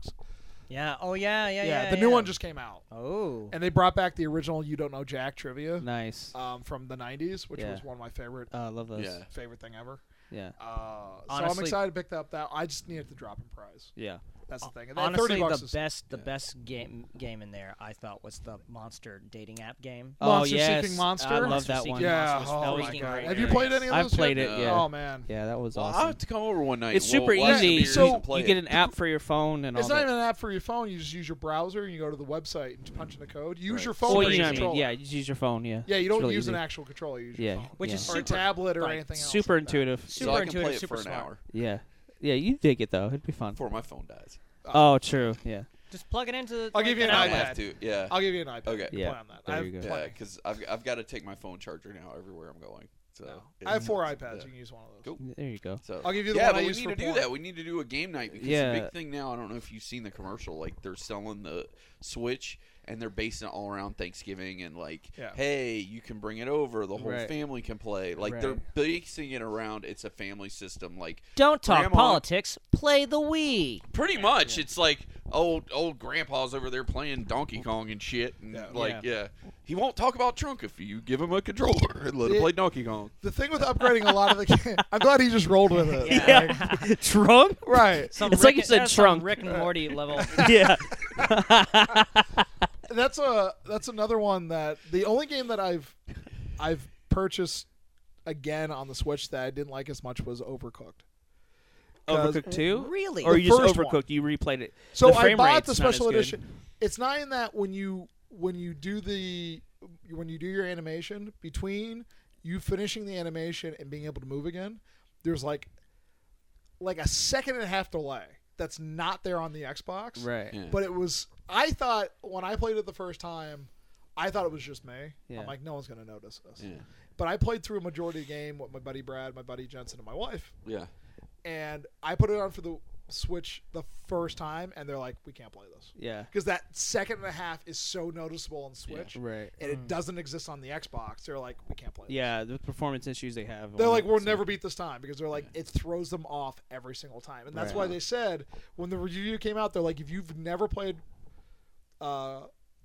Speaker 5: Yeah. Oh yeah. Yeah.
Speaker 3: yeah,
Speaker 5: Yeah.
Speaker 3: the new
Speaker 5: yeah.
Speaker 3: one just came out
Speaker 5: Oh.
Speaker 3: and they brought back the original you don't know jack trivia
Speaker 1: Nice.
Speaker 3: um, from the 90s which
Speaker 1: Yeah.
Speaker 3: was one of my favorite
Speaker 1: Oh, I love those.
Speaker 4: Yeah.
Speaker 3: favorite thing ever
Speaker 1: Yeah.
Speaker 3: uh, so i'm
Speaker 5: Honestly-
Speaker 3: excited to pick that up that i just needed the drop in prize
Speaker 1: Yeah.
Speaker 3: that's the thing and that
Speaker 5: Honestly,
Speaker 3: 30 bucks
Speaker 5: the
Speaker 3: is
Speaker 5: best the
Speaker 4: yeah.
Speaker 5: best game game in there I thought was the monster dating app game.
Speaker 1: oh
Speaker 3: Monster Seeking
Speaker 1: yes.
Speaker 3: Monster?
Speaker 1: I love
Speaker 5: Monster
Speaker 1: that
Speaker 5: Seeking
Speaker 1: one.
Speaker 3: yeah
Speaker 5: Monsters
Speaker 3: oh my
Speaker 5: freaking
Speaker 3: god
Speaker 5: great.
Speaker 3: have you played any of
Speaker 1: I've
Speaker 3: those yet?
Speaker 1: played it, yeah.
Speaker 3: oh man
Speaker 1: Yeah, that was
Speaker 4: I'll
Speaker 1: awesome.
Speaker 4: have to come over one night.
Speaker 1: It's
Speaker 4: We'll-
Speaker 1: super
Speaker 4: we'll have to
Speaker 1: easy.
Speaker 4: be here
Speaker 3: So
Speaker 4: and play
Speaker 1: you
Speaker 4: it.
Speaker 1: get an app for your phone and all
Speaker 3: It's not
Speaker 1: that.
Speaker 3: even an app for your phone. You just use your browser and you go to the website and punch in a code. Use
Speaker 4: Right.
Speaker 3: your phone.
Speaker 1: Well,
Speaker 3: as
Speaker 1: you know
Speaker 3: your
Speaker 1: what I mean.
Speaker 3: controller.
Speaker 1: Yeah, you just use your phone. Yeah.
Speaker 3: Yeah, you
Speaker 1: It's
Speaker 3: don't
Speaker 1: really
Speaker 3: use an
Speaker 1: easy.
Speaker 3: actual controller. You use
Speaker 1: Yeah,
Speaker 3: your phone.
Speaker 5: Which
Speaker 1: yeah.
Speaker 5: is
Speaker 3: or a
Speaker 5: super
Speaker 3: tablet or
Speaker 5: like,
Speaker 3: anything else.
Speaker 1: Super
Speaker 3: like that.
Speaker 1: intuitive.
Speaker 4: so I
Speaker 5: super
Speaker 4: can play
Speaker 5: intuitive,
Speaker 4: it for
Speaker 5: super
Speaker 4: an
Speaker 5: smart.
Speaker 4: hour
Speaker 1: Yeah. Yeah, you dig it though. It'd be fun.
Speaker 4: before my phone dies.
Speaker 1: Oh, true. Yeah.
Speaker 5: Just plug it into. the-
Speaker 3: I'll give
Speaker 5: like,
Speaker 3: you an
Speaker 4: I
Speaker 3: iPad.
Speaker 4: have to. Yeah.
Speaker 3: I'll give you an iPad.
Speaker 4: Okay.
Speaker 3: to
Speaker 1: Yeah,
Speaker 3: Play on that.
Speaker 1: there
Speaker 3: I have
Speaker 1: you go.
Speaker 4: Oh, Yeah,
Speaker 3: plenty.
Speaker 4: because I've I've got to take my phone charger now everywhere I'm going. So
Speaker 3: I have four
Speaker 4: it's-
Speaker 3: iPads.
Speaker 4: yeah.
Speaker 3: You can use one of those.
Speaker 4: Cool.
Speaker 1: There you go.
Speaker 4: So
Speaker 3: I'll give you the
Speaker 4: yeah,
Speaker 3: one
Speaker 4: but
Speaker 3: I
Speaker 4: we
Speaker 3: use
Speaker 4: need
Speaker 3: for
Speaker 4: to do
Speaker 3: porn.
Speaker 4: that. We need to do a game night because the
Speaker 1: Yeah.
Speaker 4: big thing now. I don't know if you've seen the commercial. Like they're selling the Switch and they're basing it all around Thanksgiving and like,
Speaker 3: Yeah.
Speaker 4: hey, you can bring it over. The whole
Speaker 1: Right.
Speaker 4: family can play. Like
Speaker 1: Right.
Speaker 4: they're basing it around. It's a family system. Like
Speaker 5: Don't talk
Speaker 4: Grandma-
Speaker 5: politics. Play the Wii.
Speaker 4: pretty much, it's like old old grandpa's over there playing Donkey Kong and shit. And
Speaker 3: Yeah.
Speaker 4: like
Speaker 1: Yeah.
Speaker 4: yeah. he won't talk about Trunk if you give him a controller and let him
Speaker 3: Yeah.
Speaker 4: play Donkey Kong.
Speaker 3: The thing with upgrading a lot of the game, I'm glad he just rolled with it. Like,
Speaker 1: Drunk?
Speaker 3: right.
Speaker 5: Some
Speaker 1: It's like
Speaker 5: Rick-
Speaker 1: you said,
Speaker 5: that's some
Speaker 1: trunk.
Speaker 5: Rick and Morty level.
Speaker 1: yeah.
Speaker 3: That's a that's another one that the only game that I've I've purchased again on the Switch that I didn't like as much was Overcooked. 'Cause-
Speaker 1: Overcooked 2?
Speaker 5: Really?
Speaker 1: Or
Speaker 3: The
Speaker 1: you just
Speaker 3: first one.
Speaker 1: overcooked? You replayed it.
Speaker 3: So
Speaker 1: the
Speaker 3: I
Speaker 1: frame
Speaker 3: bought
Speaker 1: rate's
Speaker 3: the
Speaker 1: not as
Speaker 3: special
Speaker 1: good.
Speaker 3: edition. it's not in that when you when you do the when you do your animation between you finishing the animation and being able to move again there's like like a second and a half delay that's not there on the xbox
Speaker 1: Right.
Speaker 4: Yeah.
Speaker 3: but it was i thought when i played it the first time i thought it was just me
Speaker 1: Yeah.
Speaker 3: i'm like no one's gonna notice this
Speaker 4: Yeah.
Speaker 3: but i played through a majority of the game with my buddy brad my buddy jensen and my wife
Speaker 4: Yeah.
Speaker 3: and i put it on for the switch the first time and they're like we can't play this
Speaker 1: Yeah.
Speaker 3: because that second and a half is so noticeable on Switch,
Speaker 1: Right.
Speaker 3: and it doesn't exist on the Xbox. They're like, we can't play. This.
Speaker 1: Yeah, the performance issues they have.
Speaker 3: They're
Speaker 1: on
Speaker 3: like,
Speaker 1: it,
Speaker 3: we'll
Speaker 1: so-
Speaker 3: never beat this time because they're like, it throws them off every single time, and that's
Speaker 1: Right.
Speaker 3: why they said when the review came out, they're like, if you've never played uh,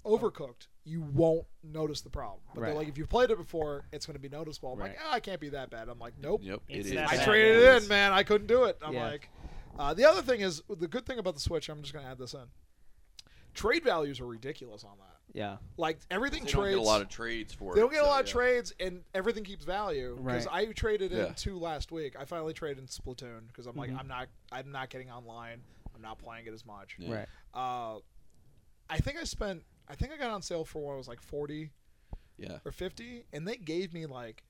Speaker 3: Overcooked, you won't notice the problem. But they're
Speaker 1: Right.
Speaker 3: like, if you've played it before, it's going to be noticeable. I'm like,
Speaker 1: Right.
Speaker 3: ah, I can't be that bad. I'm like, nope.
Speaker 4: Yep.
Speaker 5: It's
Speaker 4: it is.
Speaker 5: that
Speaker 3: I
Speaker 5: bad.
Speaker 3: traded
Speaker 1: yeah.
Speaker 3: it in, man. I couldn't do it. I'm
Speaker 1: Yeah.
Speaker 3: like, uh, the other thing is the good thing about the Switch. I'm just going to add this in. Trade values are ridiculous on that.
Speaker 1: Yeah.
Speaker 3: Like everything
Speaker 4: They don't
Speaker 3: trades.
Speaker 4: get a lot of trades for it.
Speaker 3: they don't get a
Speaker 4: so,
Speaker 3: lot of
Speaker 4: yeah.
Speaker 3: trades, and everything keeps value. Because
Speaker 1: Right.
Speaker 3: I traded in
Speaker 4: Yeah.
Speaker 3: two last week. I finally traded in Splatoon because I'm like, I'm not, I'm not getting online. I'm not playing it as much.
Speaker 4: Yeah.
Speaker 1: Right.
Speaker 3: Uh, I think I spent. I think I got on sale for when it was like forty
Speaker 4: Yeah.
Speaker 3: or fifty, and they gave me like.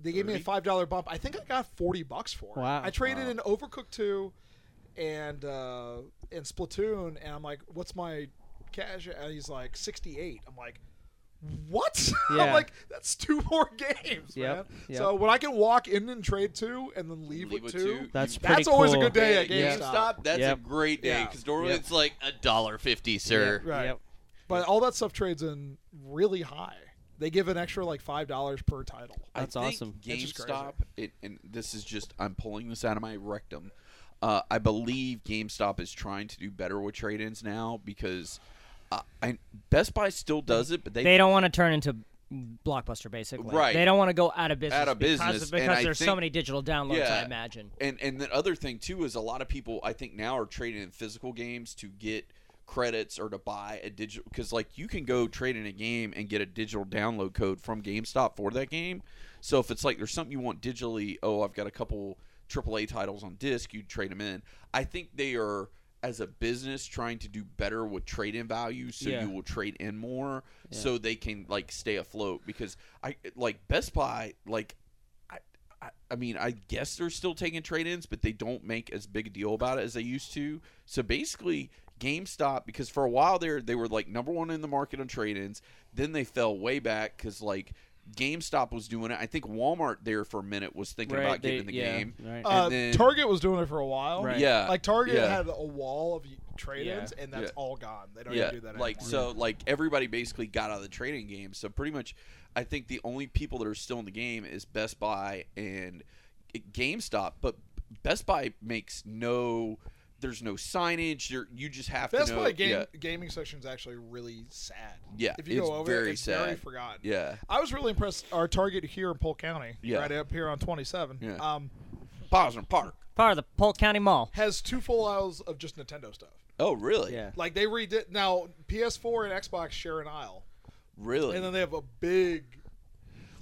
Speaker 3: They gave me a
Speaker 4: 30?
Speaker 3: five dollar bump. I think I got forty bucks for it.
Speaker 1: Wow.
Speaker 3: I traded
Speaker 4: Wow.
Speaker 3: in Overcooked two, and uh, and Splatoon, and I'm like, "What's my cash?" And he's like, 68 I'm like, "What?" I'm
Speaker 1: Yeah.
Speaker 3: like, "That's two more games,
Speaker 1: Yep,
Speaker 3: man."
Speaker 1: yep.
Speaker 3: So when I can walk in and trade two, and then leave,
Speaker 4: Leave with
Speaker 3: with two,
Speaker 4: two.
Speaker 1: That's
Speaker 4: You-
Speaker 1: pretty
Speaker 3: that's always a
Speaker 1: cool.
Speaker 3: good day at
Speaker 4: Yeah,
Speaker 3: GameStop.
Speaker 4: GameStop, that's
Speaker 1: Yep.
Speaker 4: a great day
Speaker 3: Yeah.
Speaker 4: because normally
Speaker 1: Yep.
Speaker 4: it's like a dollar fifty, sir.
Speaker 3: Right.
Speaker 1: Yep.
Speaker 3: But all that stuff trades in really high. They give an extra like five dollars per title.
Speaker 1: That's
Speaker 4: I think
Speaker 1: awesome.
Speaker 3: It's just crazy.
Speaker 4: GameStop, it, and this is just I'm pulling this out of my rectum. Uh, I believe GameStop is trying to do better with trade-ins now because uh, I, Best Buy still does it, but they,
Speaker 5: They don't want to turn into Blockbuster, basically.
Speaker 4: Right.
Speaker 5: They don't want to go out of business.
Speaker 4: Out of
Speaker 5: because,
Speaker 4: business, and
Speaker 5: Because
Speaker 4: I
Speaker 5: there's so
Speaker 4: think-
Speaker 5: many digital downloads, I
Speaker 4: Yeah.
Speaker 5: imagine.
Speaker 4: and and the other thing too is a lot of people I think now are trading in physical games to get credits or to buy a digital because like you can go trade in a game and get a digital download code from GameStop for that game. So if it's like there's something you want digitally, oh I've got a couple AAA titles on disc, you trade them in. I think they are as a business trying to do better with trade in value so
Speaker 1: Yeah.
Speaker 4: you will trade in more so they can like stay afloat because I like Best Buy like I, I, I mean, I guess they're still taking trade ins, but they don't make as big a deal about it as they used to. So basically, GameStop, because for a while there, they were like number one in the market on trade ins. Then they fell way back because like GameStop was doing it. I think Walmart there for a minute was thinking
Speaker 1: Right,
Speaker 4: about
Speaker 1: they-
Speaker 4: getting the
Speaker 1: yeah,
Speaker 4: game.
Speaker 1: right.
Speaker 4: And
Speaker 3: Uh,
Speaker 4: then,
Speaker 3: Target was doing it for a while.
Speaker 1: Right.
Speaker 4: yeah,
Speaker 3: Like Target
Speaker 4: yeah.
Speaker 3: had a wall of trade-ins, and that's
Speaker 4: Yeah.
Speaker 3: all gone. They don't
Speaker 4: yeah,
Speaker 3: even do that
Speaker 4: like
Speaker 3: anymore.
Speaker 4: so, like everybody basically got out of the trading game. So pretty much, I think the only people that are still in the game is Best Buy and GameStop. But Best Buy makes no, there's no signage. You're, you just have
Speaker 3: Best
Speaker 4: to know.
Speaker 3: Buy game,
Speaker 4: yeah,
Speaker 3: gaming section is actually really sad.
Speaker 4: Yeah,
Speaker 3: if you
Speaker 4: it's
Speaker 3: go over,
Speaker 4: very
Speaker 3: it, it's very
Speaker 4: sad.
Speaker 3: forgotten.
Speaker 4: yeah,
Speaker 3: I was really impressed. Our Target here in Polk County,
Speaker 4: Yeah.
Speaker 3: right up here on 27,
Speaker 4: Yeah.
Speaker 3: um,
Speaker 4: Boston Park.
Speaker 5: Part of the Polk County Mall.
Speaker 3: has two full aisles of just Nintendo stuff.
Speaker 4: Oh, really?
Speaker 1: Yeah.
Speaker 3: Like they redid now PS4 and Xbox share an aisle,
Speaker 4: really.
Speaker 3: and then they have a big.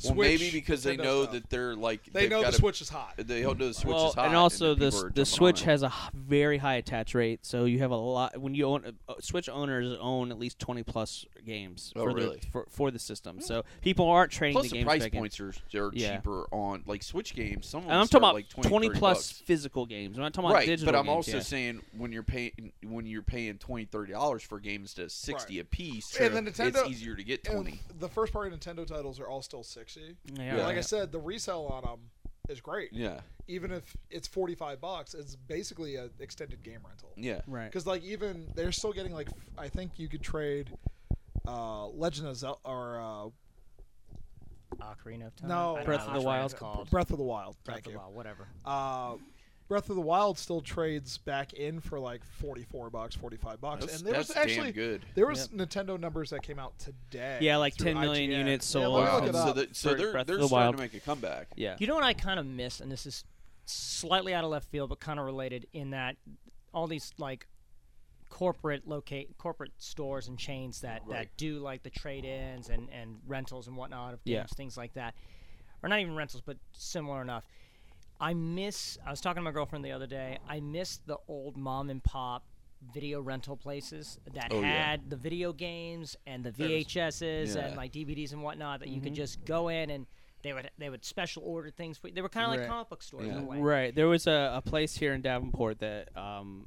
Speaker 4: well,
Speaker 3: Switch
Speaker 4: maybe because they
Speaker 3: Nintendo
Speaker 4: know
Speaker 3: stuff.
Speaker 4: that they're like
Speaker 3: they
Speaker 4: they've
Speaker 3: know the
Speaker 4: gotta-
Speaker 3: Switch is hot.
Speaker 4: They know the Switch
Speaker 1: well,
Speaker 4: is hot,
Speaker 1: and also
Speaker 4: that
Speaker 1: the
Speaker 4: people are
Speaker 1: the
Speaker 4: jumping on
Speaker 1: Switch
Speaker 4: it.
Speaker 1: has a h- very high attach rate, so you have a lot. When you own uh, Switch owners own at least twenty plus games
Speaker 4: Oh,
Speaker 1: for
Speaker 4: really? Hmm.
Speaker 1: the for, for the system, so people aren't trading
Speaker 4: Plus,
Speaker 1: the
Speaker 4: the
Speaker 1: games.
Speaker 4: price
Speaker 1: back in.
Speaker 4: points are, are
Speaker 1: Yeah.
Speaker 4: cheaper on like Switch games. Some of
Speaker 1: And
Speaker 4: them
Speaker 1: I'm
Speaker 4: start
Speaker 1: talking about
Speaker 4: like 20, 30
Speaker 1: plus
Speaker 4: bucks.
Speaker 1: physical games. I'm not talking about
Speaker 4: right
Speaker 1: digital.
Speaker 4: but i'm
Speaker 1: games,
Speaker 4: also
Speaker 1: yeah.
Speaker 4: saying when you're paying when you're paying 20 30 dollars for games to 60
Speaker 3: Right.
Speaker 4: a piece
Speaker 3: And the Nintendo-
Speaker 4: it's easier to get
Speaker 3: And
Speaker 4: 20
Speaker 3: the first party Nintendo titles are all still 60.
Speaker 1: Yeah,
Speaker 3: But like I
Speaker 1: yeah.
Speaker 3: said, the resale on them is great.
Speaker 4: yeah
Speaker 3: Even if it's 45 bucks, it's basically an extended game rental.
Speaker 4: yeah
Speaker 1: right.
Speaker 3: Because like even they're still getting like f- I think you could trade uh Legend of Zelda or uh,
Speaker 5: Ocarina of Time.
Speaker 3: No.
Speaker 5: I don't
Speaker 1: Breath
Speaker 5: know
Speaker 1: of
Speaker 5: which
Speaker 1: the
Speaker 5: one
Speaker 1: Wild.
Speaker 5: It's called.
Speaker 3: Breath of the Wild.
Speaker 5: Breath
Speaker 3: Thank
Speaker 5: of the
Speaker 3: you.
Speaker 5: Wild, whatever.
Speaker 3: Uh, Breath of the Wild still trades back in for like 44 bucks, 45 bucks,
Speaker 4: that's,
Speaker 3: and there was
Speaker 4: that's damn
Speaker 3: actually
Speaker 4: good
Speaker 3: there was Nintendo numbers that came out today.
Speaker 1: Yeah, like
Speaker 3: through
Speaker 1: 10 million
Speaker 3: IGN.
Speaker 1: units
Speaker 3: Yeah,
Speaker 1: sold.
Speaker 3: let me
Speaker 4: wow.
Speaker 3: look it
Speaker 4: Um, so,
Speaker 3: up.
Speaker 4: that, so
Speaker 1: for
Speaker 4: they're,
Speaker 1: Breath of
Speaker 4: they're
Speaker 1: the
Speaker 4: starting
Speaker 1: Wild.
Speaker 4: to make a comeback
Speaker 1: yeah.
Speaker 5: You know what I kind of miss, and this is slightly out of left field, but kind of related in that all these like corporate locate corporate stores and chains that that do like the trade-ins and and rentals and whatnot of games,
Speaker 1: Yeah.
Speaker 5: things like that, or not even rentals, but similar enough. I miss. I was talking to my girlfriend the other day. I miss the old mom and pop video rental places that
Speaker 4: Oh, yeah.
Speaker 5: had the video games and the VHSs
Speaker 4: Yeah.
Speaker 5: and like DVDs and whatnot that you
Speaker 1: Mm-hmm.
Speaker 5: could just go in and they would they would special order things for you. They were kind of
Speaker 1: Right.
Speaker 5: like comic book stores
Speaker 4: Yeah.
Speaker 5: in a way.
Speaker 1: Right. There was a, a place here in Davenport that, um,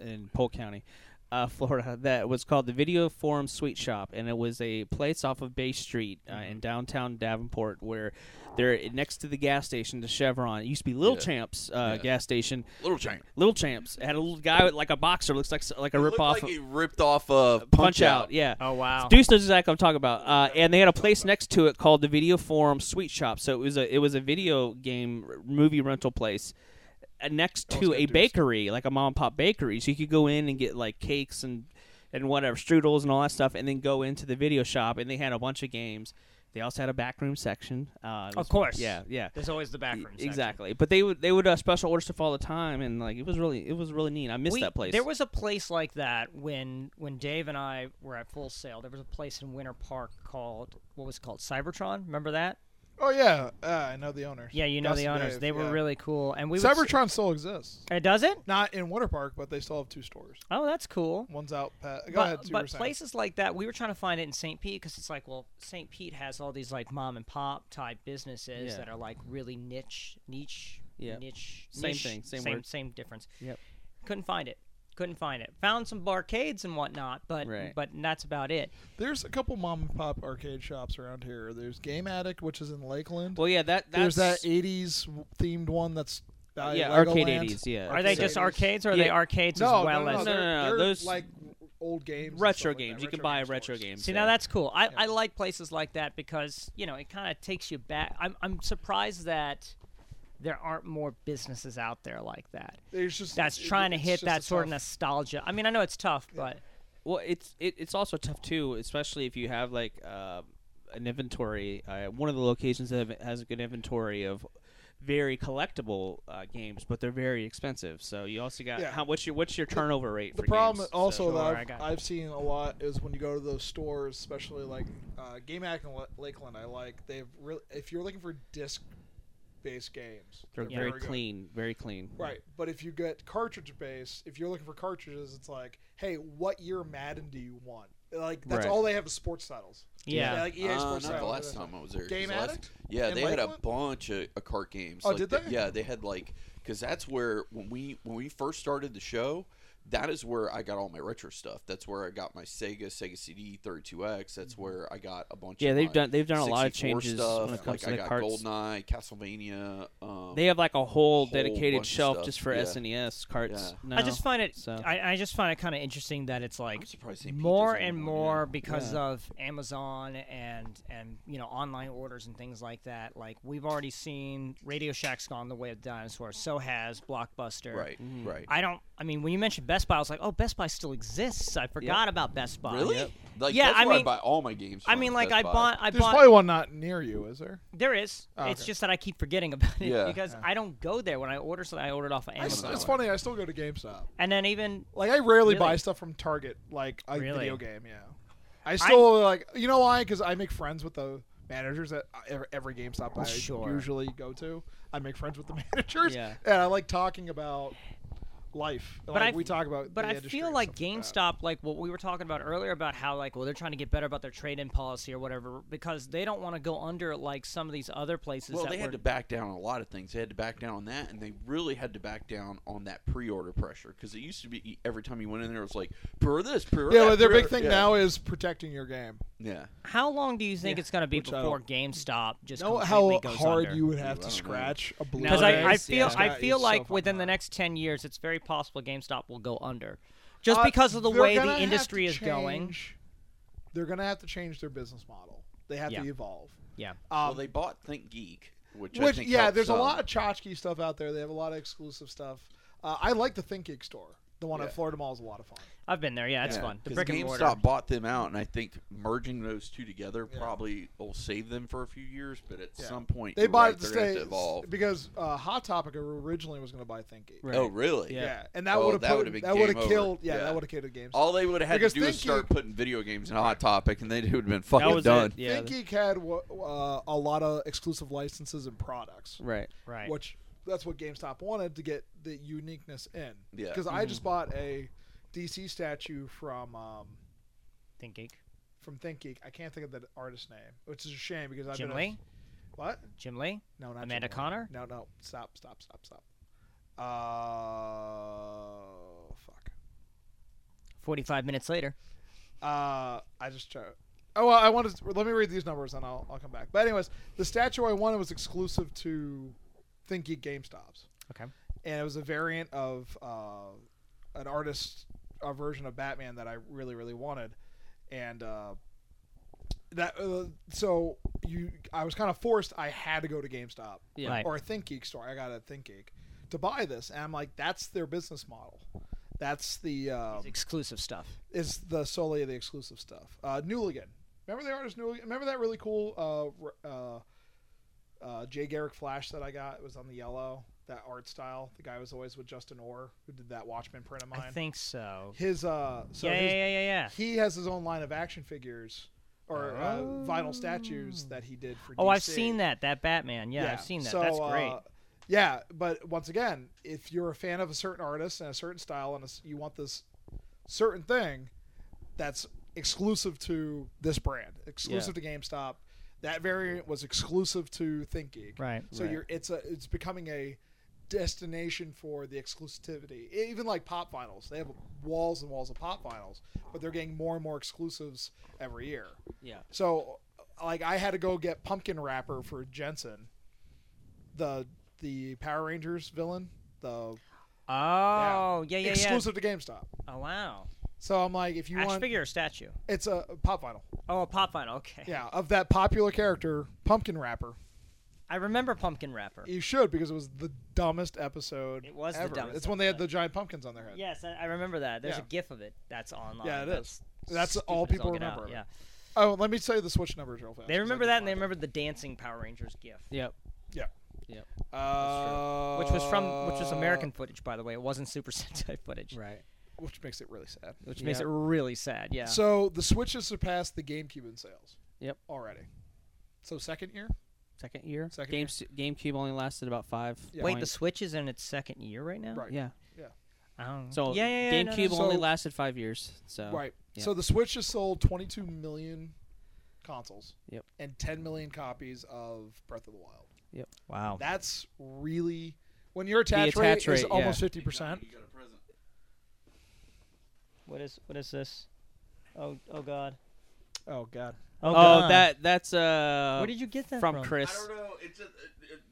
Speaker 1: in Polk County, uh, Florida, that was called the Video Forum Sweet Shop, and it was a place off of Bay Street uh,
Speaker 4: Mm-hmm.
Speaker 1: in downtown Davenport, where there next to the gas station, the Chevron. It used to be Little
Speaker 4: Yeah.
Speaker 1: Champs uh,
Speaker 4: Yeah.
Speaker 1: gas station.
Speaker 4: Little Giant.
Speaker 1: Little Champs it had a little guy with, like a boxer, looks like s- like a
Speaker 4: It
Speaker 1: rip
Speaker 4: looked
Speaker 1: off.
Speaker 4: Like he ripped off
Speaker 3: uh,
Speaker 4: a punch,
Speaker 1: Punch out, yeah.
Speaker 5: Oh wow.
Speaker 1: Deuce knows exactly what I'm talking about. Uh, and they had a place next to it called the Video Forum Sweet Shop. So it was a it was a video game r- movie rental place uh, next to a bakery, like a mom and pop bakery. So you could go in and get like cakes and and whatever strudels and all that stuff, and then go into the video shop. And they had a bunch of games. They also had a backroom section. Uh, it was-
Speaker 5: Of course.
Speaker 1: yeah, yeah.
Speaker 5: There's always the back room. section.
Speaker 1: E, Exactly, but they would they would uh, special order stuff all the time, and like it was really it was really neat. I missed
Speaker 5: We-
Speaker 1: that place.
Speaker 5: There was a place like that when when Dave and I were at Full Sail. There was a place in Winter Park called what was it called Cybertron. Remember that?
Speaker 3: Oh yeah, uh, I know the owners.
Speaker 5: Yeah, you know
Speaker 3: Gus
Speaker 5: the
Speaker 3: and
Speaker 5: owners.
Speaker 3: Dave,
Speaker 5: they were
Speaker 3: yeah.
Speaker 5: really cool. And we Would,
Speaker 3: Cybertron still exists.
Speaker 5: s- it does it?
Speaker 3: Not in Winter Park, but they still have two stores.
Speaker 5: Oh, that's cool.
Speaker 3: One's out. Pat. Go
Speaker 5: but
Speaker 3: ahead. see what you were
Speaker 5: but
Speaker 3: saying.
Speaker 5: places like that, we were trying to find it in St. Pete because it's like, well, St. Pete has all these like mom and pop type businesses
Speaker 1: Yeah.
Speaker 5: that are like really niche, niche,
Speaker 1: Yeah.
Speaker 5: niche,
Speaker 1: Same
Speaker 5: niche,
Speaker 1: thing, same
Speaker 5: same,
Speaker 1: word.
Speaker 5: same difference.
Speaker 1: Yep.
Speaker 5: Couldn't find it. Couldn't find it. Found some barcades and whatnot, but
Speaker 1: Right.
Speaker 5: but that's about it.
Speaker 3: There's a couple mom and pop arcade shops around here. There's Game Addict, which is in Lakeland.
Speaker 1: well, yeah, that that's,
Speaker 3: There's that '80s themed one that's by
Speaker 1: Yeah,
Speaker 3: Legoland.
Speaker 1: Arcade 80s, yeah.
Speaker 5: uh, Are they
Speaker 1: Arcades.
Speaker 5: just arcades, or are they
Speaker 1: Yeah.
Speaker 5: arcades
Speaker 3: No,
Speaker 5: as well
Speaker 3: no, no,
Speaker 5: as?
Speaker 1: No,
Speaker 3: they're-
Speaker 1: no, no,
Speaker 3: they're
Speaker 1: those-
Speaker 3: like old games, and stuff
Speaker 1: retro
Speaker 3: like that,
Speaker 1: games. you can buy
Speaker 3: game
Speaker 1: retro
Speaker 3: stores.
Speaker 1: games.
Speaker 5: See,
Speaker 1: yeah.
Speaker 5: now that's cool. I, I like places like that because you know it kind of takes you back. I'm I'm surprised that there aren't more businesses out there like that
Speaker 3: There's just
Speaker 5: that's
Speaker 3: it-
Speaker 5: trying to
Speaker 3: it's
Speaker 5: hit
Speaker 3: just
Speaker 5: that
Speaker 3: a
Speaker 5: sort of
Speaker 3: tough-
Speaker 5: nostalgia. I mean, I know it's tough, but
Speaker 1: Well, it's it, it's also tough too, especially if you have like uh, an inventory. Uh, one of the locations that have- has a good inventory of very collectible uh, games, but they're very expensive. So you also got
Speaker 3: Yeah.
Speaker 1: how what's your what's your turnover rate?
Speaker 3: The
Speaker 1: for
Speaker 3: problem
Speaker 1: games? So-
Speaker 3: also
Speaker 5: Sure,
Speaker 3: that
Speaker 5: I
Speaker 3: I've,
Speaker 5: got it.
Speaker 3: I've seen a lot is when you go to those stores, especially like uh, Game Act and La- Lakeland. I like they've really if you're looking for disc based games,
Speaker 1: they're
Speaker 3: they're
Speaker 1: very
Speaker 3: good.
Speaker 1: clean, very clean.
Speaker 3: Right, but if you get cartridge based, if you're looking for cartridges, it's like, hey, what year Madden do you want? Like that's
Speaker 1: Right.
Speaker 3: all they have is sports titles.
Speaker 5: Yeah.
Speaker 3: like EA
Speaker 4: Uh,
Speaker 3: E Sports
Speaker 4: not the
Speaker 3: title.
Speaker 4: last time I was there. 'cause
Speaker 3: Game
Speaker 4: the last-
Speaker 3: Addict?
Speaker 4: Yeah,
Speaker 3: In
Speaker 4: they had a
Speaker 3: Lakeland?
Speaker 4: bunch of, of cart games.
Speaker 3: Oh,
Speaker 4: like
Speaker 3: did
Speaker 4: the-
Speaker 3: they?
Speaker 4: Yeah, they had like because that's where when we when we first started the show, that is where I got all my retro stuff. That's where I got my Sega, Sega CD, 32X. That's where I got a bunch.
Speaker 1: Mm-hmm. Yeah,
Speaker 4: of
Speaker 1: they've
Speaker 4: my
Speaker 1: done- they've done a lot of
Speaker 4: 64
Speaker 1: changes
Speaker 4: stuff.
Speaker 1: when it comes
Speaker 4: like,
Speaker 1: to
Speaker 4: I
Speaker 1: the
Speaker 4: got
Speaker 1: carts.
Speaker 4: Goldeneye, Castlevania. Um,
Speaker 1: They have like a whole,
Speaker 4: Whole
Speaker 1: dedicated
Speaker 4: bunch of
Speaker 1: shelf
Speaker 4: stuff,
Speaker 1: just for
Speaker 4: yeah.
Speaker 1: SNES carts.
Speaker 4: Yeah.
Speaker 1: Now.
Speaker 5: I just find it.
Speaker 1: so-
Speaker 5: I, I just find it kind of interesting that it's like
Speaker 4: I'm surprised St. Pete
Speaker 5: more
Speaker 4: doesn't
Speaker 5: and
Speaker 4: have one,
Speaker 5: more
Speaker 4: yeah.
Speaker 5: because
Speaker 1: Yeah.
Speaker 5: of Amazon and and you know online orders and things like that. Like we've already seen Radio Shack's gone the way of dinosaurs. So has Blockbuster.
Speaker 4: Right,
Speaker 1: Mm-hmm.
Speaker 4: right.
Speaker 5: I don't. I mean, when you mentioned Best Buy, I was like, oh, Best Buy still exists. I forgot about Best Buy.
Speaker 4: really? Like,
Speaker 5: Yeah,
Speaker 4: that's
Speaker 5: I
Speaker 4: where
Speaker 5: mean-
Speaker 4: buy all my games.
Speaker 5: I
Speaker 4: from,
Speaker 5: mean, like
Speaker 4: Best
Speaker 5: I
Speaker 4: Buy.
Speaker 5: bought. I
Speaker 3: There's
Speaker 5: bought.
Speaker 3: probably one not near you, is there?
Speaker 5: There is.
Speaker 3: Oh,
Speaker 5: It's
Speaker 3: okay.
Speaker 5: just that I keep forgetting about it
Speaker 4: Yeah.
Speaker 5: because I don't go there when I order something. I order it off
Speaker 3: I
Speaker 5: of
Speaker 3: s-
Speaker 5: Amazon.
Speaker 3: it's funny. I still go to GameStop.
Speaker 5: And then even
Speaker 3: Like I rarely
Speaker 5: Really?
Speaker 3: buy stuff from Target, like a
Speaker 5: Really?
Speaker 3: video game. Yeah, I still like. You know why? Because I make friends with the managers at ev- every GameStop I
Speaker 5: Oh, Sure.
Speaker 3: usually go to. I make friends with the managers,
Speaker 1: Yeah.
Speaker 3: and I like talking about life. But
Speaker 5: I-
Speaker 3: we talk about.
Speaker 5: But
Speaker 3: the
Speaker 5: I
Speaker 3: industry
Speaker 5: feel
Speaker 3: and
Speaker 5: like
Speaker 3: stuff that.
Speaker 5: GameStop, like what we were talking about earlier, about how like well they're trying to get better about their trade-in policy or whatever because they don't want to go under like some of these other places.
Speaker 4: Well,
Speaker 5: that
Speaker 4: they
Speaker 5: were-
Speaker 4: had to back down on a lot of things. They had to back down on that, and they really had to back down on that pre-order pressure because it used to be e, every time you went in there, it was like pre-order this, pre-order.
Speaker 3: Yeah,
Speaker 4: that,
Speaker 3: but their
Speaker 4: pre-order-
Speaker 3: big thing
Speaker 4: yeah.
Speaker 3: now is protecting your game.
Speaker 4: Yeah,
Speaker 5: How long do you think it's going to be
Speaker 3: which I
Speaker 5: before
Speaker 3: don't-
Speaker 5: GameStop just
Speaker 3: Know how
Speaker 5: completely goes
Speaker 3: hard
Speaker 5: under?
Speaker 3: you would have
Speaker 4: Dude, I don't
Speaker 3: to
Speaker 4: know.
Speaker 3: scratch a blue.
Speaker 5: Because I, I
Speaker 1: Nowadays,
Speaker 5: feel
Speaker 1: yeah.
Speaker 5: I feel like within the next ten years, it's very possible GameStop will go under, just
Speaker 3: Uh,
Speaker 5: because of the
Speaker 3: they're
Speaker 5: way
Speaker 3: gonna
Speaker 5: the
Speaker 3: have
Speaker 5: industry
Speaker 3: to
Speaker 5: is going.
Speaker 3: change- They're gonna have to change their business model. They have
Speaker 5: Yeah.
Speaker 3: to evolve.
Speaker 5: Yeah.
Speaker 3: Um,
Speaker 4: well, they bought Think Geek, which, I
Speaker 3: which
Speaker 4: think
Speaker 3: yeah,
Speaker 4: helped
Speaker 3: there's
Speaker 4: some.
Speaker 3: a lot of tchotchke stuff out there. They have a lot of exclusive stuff. Uh, I like the Think Geek store. The one at
Speaker 4: Yeah.
Speaker 3: Florida Mall is a lot of fun.
Speaker 5: I've been there. Yeah, it's
Speaker 4: Yeah,
Speaker 5: fun. The
Speaker 4: 'cause
Speaker 5: brick and
Speaker 4: GameStop
Speaker 5: mortar.
Speaker 4: bought them out, and I think merging those two together
Speaker 3: Yeah.
Speaker 4: probably will save them for a few years. But at
Speaker 3: Yeah.
Speaker 4: some point,
Speaker 3: They
Speaker 4: you're
Speaker 3: bought
Speaker 4: right,
Speaker 3: it to
Speaker 4: they're gonna have
Speaker 3: stay
Speaker 4: to evolve.
Speaker 3: because uh, Hot Topic originally was going to buy Think Geek.
Speaker 1: Right.
Speaker 4: Oh, really?
Speaker 1: Yeah.
Speaker 3: Yeah. and that
Speaker 4: Oh,
Speaker 3: would
Speaker 4: that
Speaker 3: have
Speaker 4: would've
Speaker 3: put
Speaker 4: been
Speaker 3: that
Speaker 4: game
Speaker 3: would have
Speaker 4: over.
Speaker 3: killed. Yeah,
Speaker 4: Yeah.
Speaker 3: that would have killed games.
Speaker 4: All they would have had
Speaker 3: Because
Speaker 4: to do
Speaker 3: Think
Speaker 4: is start
Speaker 3: Geek-
Speaker 4: putting video games in a hot topic, and they would have been
Speaker 1: that
Speaker 4: fucking
Speaker 1: was it,
Speaker 4: done.
Speaker 1: Yeah,
Speaker 3: Think Geek had wa- uh, a lot of exclusive licenses and products.
Speaker 1: right.
Speaker 5: Right.
Speaker 3: which that's what GameStop wanted to get the uniqueness in.
Speaker 4: Yeah.
Speaker 5: Mm-hmm.
Speaker 3: Because I just bought a DC statue from um,
Speaker 5: Think Geek.
Speaker 3: from ThinkGeek. I can't think of the artist name, which is a shame because I've
Speaker 5: Jim
Speaker 3: been a-
Speaker 5: Lee?
Speaker 3: what?
Speaker 5: Jim Lee?
Speaker 3: No, not
Speaker 5: Amanda
Speaker 3: Jim Lee.
Speaker 5: Connor?
Speaker 3: No, no. Stop, stop, stop, stop. Uh, fuck.
Speaker 5: 45 minutes later.
Speaker 3: Uh, I just tried. Oh, well, I wanted. To, let me read these numbers and I'll, I'll come back. But anyways, the statue I wanted was exclusive to ThinkGeek GameStops,
Speaker 5: Okay.
Speaker 3: and it was a variant of uh, an artist, a version of Batman that I really, really wanted, and uh, that. Uh, so you, I was kind of forced. I had to go to GameStop
Speaker 1: Yeah.
Speaker 5: Right.
Speaker 3: or a ThinkGeek store. I got a ThinkGeek to buy this, and I'm like, that's their business model. That's the um,
Speaker 5: It's exclusive stuff.
Speaker 3: is the solely the exclusive stuff. Uh, Newligan, remember the artist Newligan? Remember that really cool uh, r- uh, uh, Jay Garrick flash that I got? It was on the yellow. That art style. The guy was always with Justin Orr, who did that Watchmen print of mine.
Speaker 5: I think so.
Speaker 3: his uh, so
Speaker 5: yeah,
Speaker 3: his,
Speaker 5: yeah, yeah, yeah, yeah.
Speaker 3: he has his own line of action figures or uh, vinyl statues that he did for.
Speaker 5: Oh, I've
Speaker 3: DC.
Speaker 5: seen that. That Batman. Yeah, I've seen that. That's
Speaker 3: so,
Speaker 5: great.
Speaker 3: uh, yeah, but once again, if you're a fan of a certain artist and a certain style, and a s you want this certain thing that's exclusive to this brand, exclusive to GameStop, that variant was exclusive to ThinkGeek.
Speaker 5: Right.
Speaker 3: So
Speaker 1: Right.
Speaker 3: you're it's a it's becoming a destination for the exclusivity. E- Even like pop vinyls, they have walls and walls of pop vinyls, but they're getting more and more exclusives every year.
Speaker 1: Yeah.
Speaker 3: So, like, I had to go get pumpkin wrapper for Jensen, the the Power Rangers villain, the
Speaker 5: Oh, yeah, yeah, yeah.
Speaker 3: uh, exclusive to GameStop.
Speaker 5: Oh, wow.
Speaker 3: So I'm like, if you
Speaker 5: Action
Speaker 3: want,
Speaker 5: figure or statue?
Speaker 3: it's a pop vinyl,
Speaker 5: Oh, a pop vinyl. Okay.
Speaker 3: yeah, of that popular character, pumpkin wrapper.
Speaker 5: I remember Pumpkin Wrapper.
Speaker 3: You should because it was the dumbest episode.
Speaker 5: It was the
Speaker 3: ever.
Speaker 5: dumbest
Speaker 3: It's when they had
Speaker 5: episode.
Speaker 3: the giant pumpkins on their head.
Speaker 5: Yes, I, I remember that. There's
Speaker 3: Yeah.
Speaker 5: a GIF of it that's online.
Speaker 3: Yeah, it
Speaker 5: that's
Speaker 3: That's all
Speaker 5: stupid as
Speaker 3: people
Speaker 5: get out,
Speaker 3: remember.
Speaker 5: Yeah,
Speaker 3: Oh, let me tell you the Switch numbers real fast. 'cause
Speaker 5: they
Speaker 3: I
Speaker 5: remember
Speaker 3: did
Speaker 5: that, and they
Speaker 3: find it.
Speaker 5: remember the dancing Power Rangers GIF,
Speaker 1: Yep.
Speaker 3: Uh,
Speaker 5: which was from which was
Speaker 4: Uh,
Speaker 5: American footage, by the way. It wasn't Super Sentai footage,
Speaker 1: Right.
Speaker 3: which makes it really sad.
Speaker 5: which makes it really sad. Yeah.
Speaker 3: So the Switch has surpassed the GameCube in sales.
Speaker 1: Yep.
Speaker 3: Already. So second year.
Speaker 1: Second year.
Speaker 3: Second
Speaker 1: Game GameCube only lasted about five.
Speaker 3: Yeah.
Speaker 5: Wait, the
Speaker 1: points.
Speaker 5: Switch is in its second year right now.
Speaker 3: Right.
Speaker 1: yeah.
Speaker 5: Oh.
Speaker 1: So
Speaker 5: yeah, yeah, yeah, no, no,
Speaker 1: GameCube
Speaker 5: no.
Speaker 1: only
Speaker 3: So-
Speaker 1: lasted five years. So
Speaker 3: right.
Speaker 1: yeah.
Speaker 3: So the Switch has sold 22 million consoles.
Speaker 1: Yep.
Speaker 3: And 10 million copies of Breath of the Wild.
Speaker 5: Wow.
Speaker 3: That's really when your attach,
Speaker 1: attach
Speaker 3: rate is
Speaker 1: rate,
Speaker 3: almost
Speaker 1: yeah.
Speaker 3: 50 percent.
Speaker 4: You got a present.
Speaker 5: What is what is this? Oh, oh God.
Speaker 3: Oh God.
Speaker 5: Oh,
Speaker 1: Oh,
Speaker 5: God.
Speaker 1: that that's uh.
Speaker 5: Where did you get that
Speaker 1: from,
Speaker 5: from?
Speaker 4: I
Speaker 1: Chris?
Speaker 4: don't know. It's a, it- it-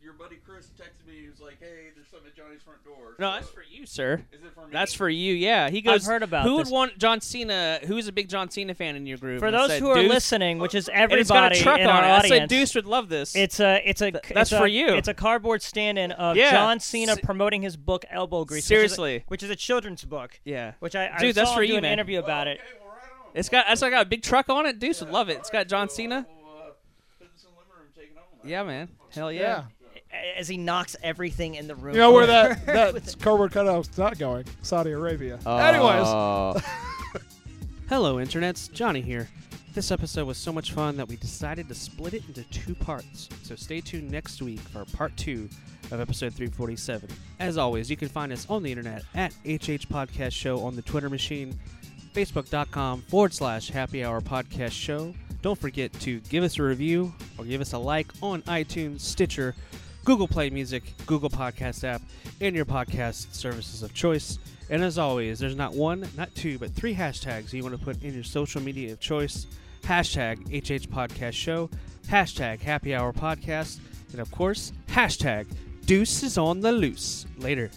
Speaker 4: your buddy Chris texted me. He was like, "Hey, there's something at Johnny's front door."
Speaker 1: No,
Speaker 4: So-
Speaker 1: that's for you, sir.
Speaker 4: Is it for me?
Speaker 1: That's for you. Yeah, he goes.
Speaker 5: heard about
Speaker 1: who
Speaker 5: this.
Speaker 1: would want John Cena? Who's a big John Cena fan in your group?
Speaker 5: For
Speaker 1: and
Speaker 5: those
Speaker 1: said,
Speaker 5: who are
Speaker 1: "Deuce,"
Speaker 5: listening, which is
Speaker 1: and it's got
Speaker 5: everybody
Speaker 1: a truck
Speaker 5: in
Speaker 1: on
Speaker 5: our
Speaker 1: it. I said
Speaker 5: audience,
Speaker 1: Deuce would love this.
Speaker 5: It's a it's a
Speaker 1: that's
Speaker 5: it's a-
Speaker 1: for you.
Speaker 5: It's a cardboard stand-in of
Speaker 1: Yeah.
Speaker 5: John Cena
Speaker 1: Se-
Speaker 5: promoting his book Elbow Grease.
Speaker 1: Seriously.
Speaker 5: which is a, which is a children's book.
Speaker 1: yeah.
Speaker 5: Which I, I
Speaker 1: Dude, that's
Speaker 5: saw
Speaker 1: for
Speaker 5: him do
Speaker 1: you,
Speaker 5: an
Speaker 1: man.
Speaker 5: interview about it.
Speaker 4: Okay, well, right on.
Speaker 1: It's got that's got a big truck on it. Deuce would love it. It's got John Cena.
Speaker 4: Well, uh, put this in the living room, take it home.
Speaker 1: Yeah, man. Hell yeah.
Speaker 3: Yeah.
Speaker 5: A- As he knocks everything in the room.
Speaker 3: You know where
Speaker 5: over.
Speaker 3: that that cardboard cutout's not going? Saudi Arabia. Anyways.
Speaker 1: Hello, internets. Johnny here. This episode was so much fun that we decided to split it into two parts. So stay tuned next week for part two of episode 347. As always, you can find us on the internet at HH Podcast Show on the Twitter machine, facebook.com forward slash happy hour podcast show. Don't forget to give us a review or give us a like on iTunes, Stitcher, Google Play Music, Google Podcast app, and your podcast services of choice. And as always, there's not one, not two, but three hashtags you want to put in your social media of choice. Hashtag HH Podcast Show, hashtag Happy Hour Podcast, and of course, hashtag Deuce is on the loose. Later.